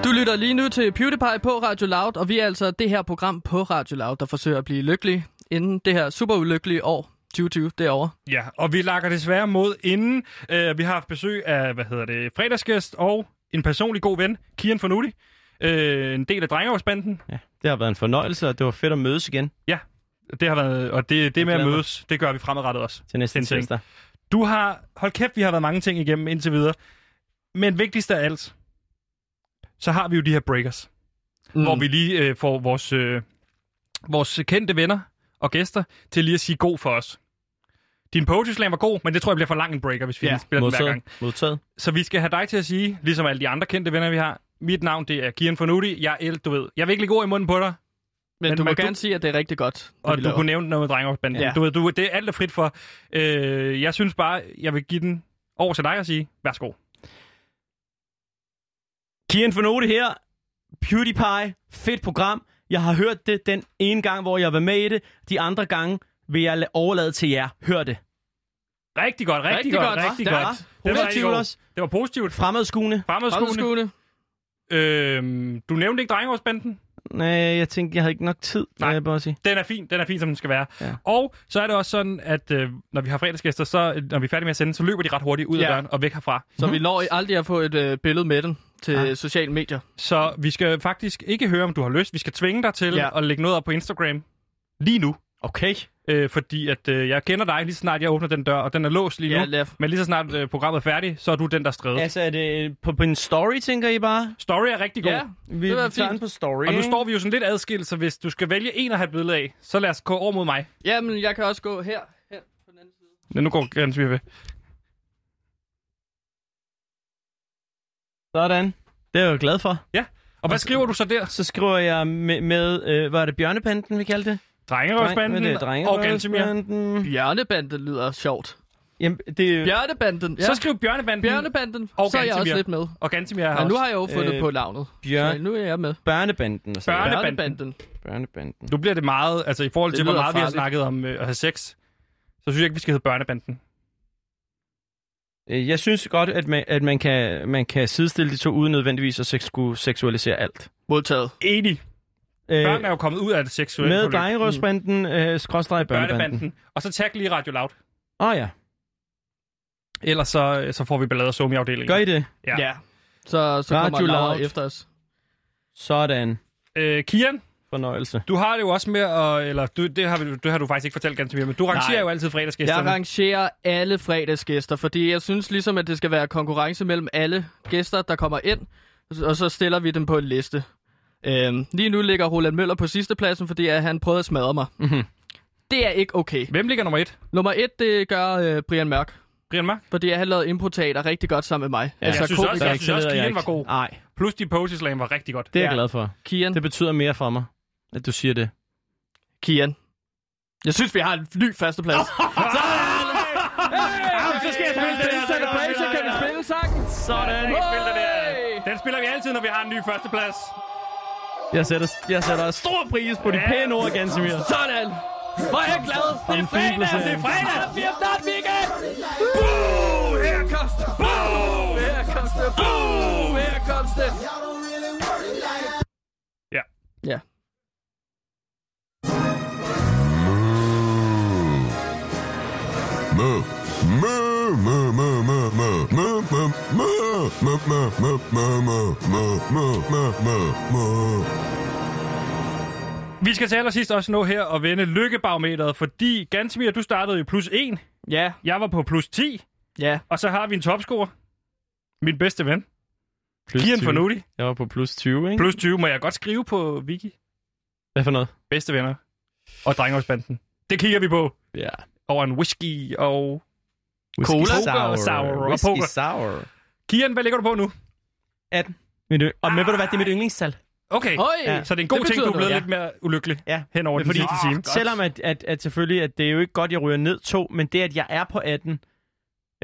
S2: Du lytter lige nu til PewDiePie på Radio Loud, og vi er altså det her program på Radio Loud, der forsøger at blive lykkelig inden det her super ulykkelige år 2020 derovre.
S1: Ja, og vi lakker desværre mod inden. Øh, vi har haft besøg af, hvad hedder det, fredagsgæst og en personlig god ven, Kian Fornuti. Øh, en del af drengeårsbanden.
S3: Ja, det har været en fornøjelse, og det var fedt at mødes igen
S1: Ja, det har været, og det, det med at
S3: glæder mig.
S1: mødes, det gør vi fremadrettet også.
S3: til næste
S1: Den ting.
S3: tirsdag.
S1: Du har, hold kæft, vi har været mange ting igennem indtil videre. Men vigtigst af alt, så har vi jo de her breakers, mm. hvor vi lige øh, får vores, øh, vores kendte venner og gæster til lige at sige god for os. Din poetry slam var god, men det tror jeg bliver for lang en breaker, hvis vi ja, spiller den hver
S3: Modtaget.
S1: gang.
S3: Modtaget.
S1: Så vi skal have dig til at sige, ligesom alle de andre kendte venner, vi har, mit navn det er Kian Fornuti, jeg er el, du ved. Jeg er virkelig god i munden på dig,
S2: Men,
S1: Men
S2: du må
S1: må
S2: gerne
S1: du-
S2: sige, at det er rigtig godt, hvad
S1: og
S2: vi
S1: du
S2: laver.
S1: kunne nævne noget med drengeopbanden.
S2: Ja.
S1: Ja. Du ved, du, det er alt er frit for. Øh, jeg synes bare, jeg vil give den over til dig og sige, værsgo.
S3: Kian Fornote her. PewDiePie. Fedt program. Jeg har hørt det den ene gang, hvor jeg var med i det. De andre gange vil jeg la- overlade til jer. Hør det.
S1: Rigtig godt, rigtig,
S2: Rigtig
S1: rigtig godt,
S2: godt,
S1: godt, rigtig
S2: stærkt.
S1: godt. Det var, rigtig
S3: Positivt også.
S1: godt. det var positivt.
S3: Fremadskuende.
S1: Fremadskuende.
S2: Fremmedskuende.
S1: Øhm, du nævnte ikke drengeårsbanden?
S3: Øh, jeg tænkte, jeg havde ikke nok tid, Nej. på at sige.
S1: Den er fin, den er fin, som den skal være. Ja. Og så er det også sådan, at øh, når vi har fredagsgæster, så øh, når vi er færdige med at sende, så løber de ret hurtigt ud af
S2: Ja.
S1: døren og væk herfra.
S2: Så vi når i- aldrig at få et øh, billede med den til
S1: Ah.
S2: ah. sociale medier.
S1: Så vi skal faktisk ikke høre, om du har lyst. Vi skal tvinge dig til ja.
S2: Ja.
S1: at lægge noget op på Instagram lige nu.
S3: Okay.
S1: Øh, fordi at øh, jeg kender dig lige så snart jeg åbner den dør, og den er låst lige nu.
S3: Ja,
S1: Ja, men lige så snart øh, programmet er færdigt, så er du den, der er stredet.
S3: Altså, er det på, på en story, tænker I bare?
S1: Story er rigtig god.
S3: Ja, vi
S1: det var
S3: tager
S1: fint.
S3: den på story.
S1: Og nu
S3: ikke?
S1: står vi jo sådan lidt adskilt, så hvis du skal vælge en at have et billede af, så lad os gå over mod mig.
S2: Jamen, jeg kan også gå her. her.
S1: Ja, nu går Grens ved.
S3: Sådan. Det er jeg jo glad for.
S1: Ja. Og hvad skriver du så der?
S3: Så skriver jeg med, med øh, hvad er det, bjørnepanden, vi kaldte det?
S1: Drengerøvsbanden
S3: Dreng- det er Drengerøvsbanden.
S2: Bjørnebanden lyder sjovt.
S3: Jamen, det...
S2: Bjørnebanden, ja.
S1: Så skriv Bjørnebanden.
S2: Bjørnebanden.
S1: Og
S2: så er jeg
S1: Gantimir.
S2: også lidt med.
S1: Og Gantimir har
S2: Men nu
S1: også-
S2: har jeg jo fundet
S1: Øh,
S2: øh, på navnet.
S3: Bjørn... altså.
S2: Så nu er jeg med.
S3: Børnebanden. og sådan noget.
S2: Børnebanden.
S3: Børnebanden.
S1: Nu bliver det meget, altså i forhold
S2: Det
S1: til, hvor
S2: lyder
S1: meget vi har
S2: farligt.
S1: snakket om øh, at have sex, så synes jeg ikke, vi skal hedde Børnebanden.
S3: Øh, Jeg synes godt, at man, at man, kan, man kan sidestille de to uden nødvendigvis at sex, skulle seksualisere alt.
S2: Modtaget.
S1: Enig.
S3: Øh,
S1: Børn er jo kommet ud af det seksuelle
S3: med
S1: forløb.
S3: drengerøvsbanden, øh, skråstreg børnebanden.
S1: Børnebanden. Og så tag lige Radio Loud.
S3: Åh oh, ja.
S1: Ellers så, så får vi ballade og som i afdelingen.
S3: Gør I det?
S1: Ja. ja.
S2: Så, så kommer
S3: Radio
S2: Laura
S3: Loud.
S2: efter os.
S3: Sådan.
S1: Øh, Kian,
S3: Fornøjelse.
S1: du har det jo også med, at, eller du, det, har, vi- det har du faktisk ikke fortalt ganske mere, men du rangerer
S2: Nej.
S1: jo altid fredagsgæsterne.
S2: Jeg rangerer alle fredagsgæster, fordi jeg synes ligesom, at det skal være konkurrence mellem alle gæster, der kommer ind, og så stiller vi dem på en liste. Øhm, lige nu ligger Roland Møller på sidste pladsen, fordi at han prøvede at smadre mig.
S3: Mhm.
S2: Det er ikke okay.
S1: Hvem ligger nummer et?
S2: Nummer et, det gør øh, Brian Mørk.
S1: Brian Mørk?
S2: Fordi han lavede improteater rigtig godt sammen med mig. Altså,
S1: Ja, jeg synes også,
S2: komiker.
S1: jeg synes også Kian var god.
S3: Nej.
S1: Plus de poetry slam var rigtig godt.
S3: Det er
S1: Ja.
S3: jeg glad for.
S2: Kian.
S3: Det betyder mere for mig, at du siger det.
S2: Kian. Jeg synes, vi har en ny førsteplads.
S1: Så skal jeg spille den her.
S2: Celebration, kan vi spille sangen?
S1: Sådan. Kan vi spille den, her? den spiller vi altid, når vi har en ny førsteplads.
S3: Jeg sætter, jeg sætter stor pris på de pæne ord, Gansimir.
S2: Sådan! Hvor er jeg glad!
S3: Det er fredag! Det er fredag!
S2: Vi har snart weekend! Boo! Her comes the boo! Her comes the boo! Her comes the...
S1: Ja.
S2: Ja.
S13: Mø. Mø, mø, mø, mø, mø, mø, mø, mø, mø, mø, mø, mø, mø, mø, mø, mø, mø, mø.
S1: Vi skal til allersidst også nå her og vende lykkebarometeret, fordi Gansmir, du startede i plus 1.
S2: Ja.
S1: Jeg var på plus 10.
S2: Ja.
S1: Og så har vi en topscorer. Min bedste ven.
S3: Plus
S1: Kian
S3: 20.
S1: Fornuti.
S3: Jeg var på plus 20, ikke?
S1: Plus 20. Må jeg godt skrive på Wiki?
S3: Hvad for noget?
S1: Bedste venner. Og drengeårsbanden. Det kigger vi på.
S3: Ja.
S1: Over en whisky og...
S3: Whisky
S1: Cola.
S3: sour.
S1: Poker sour. Og
S3: Whisky
S1: poker.
S3: sour.
S1: Kian, hvad ligger du på nu?
S3: 18. Min ø- og med, ved du hvad, det er mit yndlingstal.
S1: Okay,
S2: Oi,
S1: så det er en god
S2: det
S1: ting, du er blevet
S2: betyder noget.
S1: lidt mere ulykkelig
S3: Ja.
S1: hen over
S3: Men
S1: den sidste time.
S3: selvom at, at, at selvfølgelig, at det er jo ikke godt, jeg ryger ned to, men det, at jeg er på 18,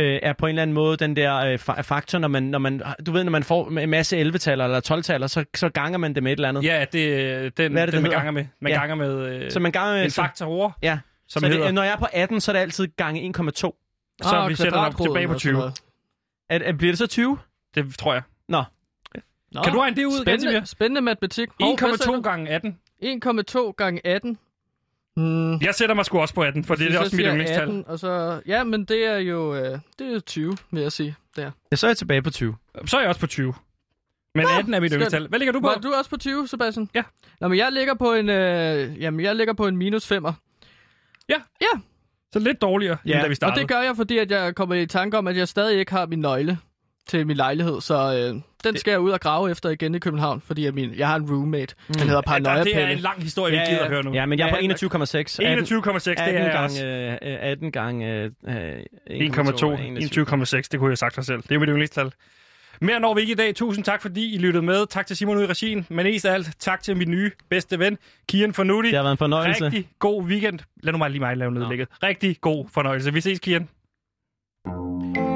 S3: øh, er på en eller anden måde den der øh, fa- faktor, når man, når man, du ved, når man får en masse 11-taller eller 12-taller, så, så ganger man det med et eller andet.
S1: Ja, det er den,
S3: Hvad er
S1: det, den
S3: det, den
S1: man
S3: hedder?
S1: ganger med. Man
S3: Ja.
S1: ganger med, øh,
S3: Så man ganger med-
S1: en faktor
S3: Ja.
S1: Som
S3: så
S1: hedder-
S3: det, når jeg er på 18, så er det altid gange 1,2. Så
S1: Så vi sætter den op tilbage på 20.
S3: Er, er, bliver det så 20?
S1: Det tror jeg.
S3: Nå.
S2: Nå,
S1: Kan du regne det ud, Gansimir?
S2: Spændende, spændende matematik. Hov, hvad sagde
S1: 1,2 gange 18.
S2: du? 1,2 gange 18. Hmm.
S1: Jeg sætter mig sgu også på 18, for det
S2: Så
S1: er også mit
S2: siger
S1: yndlingstal.
S2: 18, Og så, ja, men det er jo øh, det er jo 20, vil jeg sige. Der.
S3: Ja, så er jeg tilbage på 20.
S1: Så er jeg også på 20. Men 18 er mit
S2: skønt.
S1: yndlingstal. Hvad ligger du på?
S2: Var du også på 20, Sebastian?
S1: Ja.
S2: Nå, men jeg ligger på en, øh, jamen, jeg ligger på en minus 5'er.
S1: Ja.
S2: Ja.
S1: Så lidt dårligere, end da vi
S2: og
S1: startede.
S2: det gør jeg, fordi at jeg kommer i tanke om, at jeg stadig ikke har min nøgle til min lejlighed, så øh, den skal jeg ud og grave efter igen i København, fordi jeg, min, jeg har en roommate, mm. han hedder Paranoia
S1: Ja, det er en lang historie, vi ikke gider at høre nu.
S3: Ja, men jeg er på
S1: Ja,
S3: 21,6.
S1: 21,6, det er
S3: 18
S1: jeg også.
S3: gange, øh, øh, 18 gange øh, øh,
S1: 1,2, 21,6, det kunne jeg sagt mig selv. Det er mit yndlingstal. Mere når vi ikke i dag. Tusind tak, fordi I lyttede med. Tak til Simon ude i regien, men mest af alt tak til min nye bedste ven, Kian Fornuti.
S3: Det har været en fornøjelse.
S1: Rigtig god weekend. Lad nu mig lige mig lave nedlægget. Rigtig god fornøjelse. Vi ses, Kian.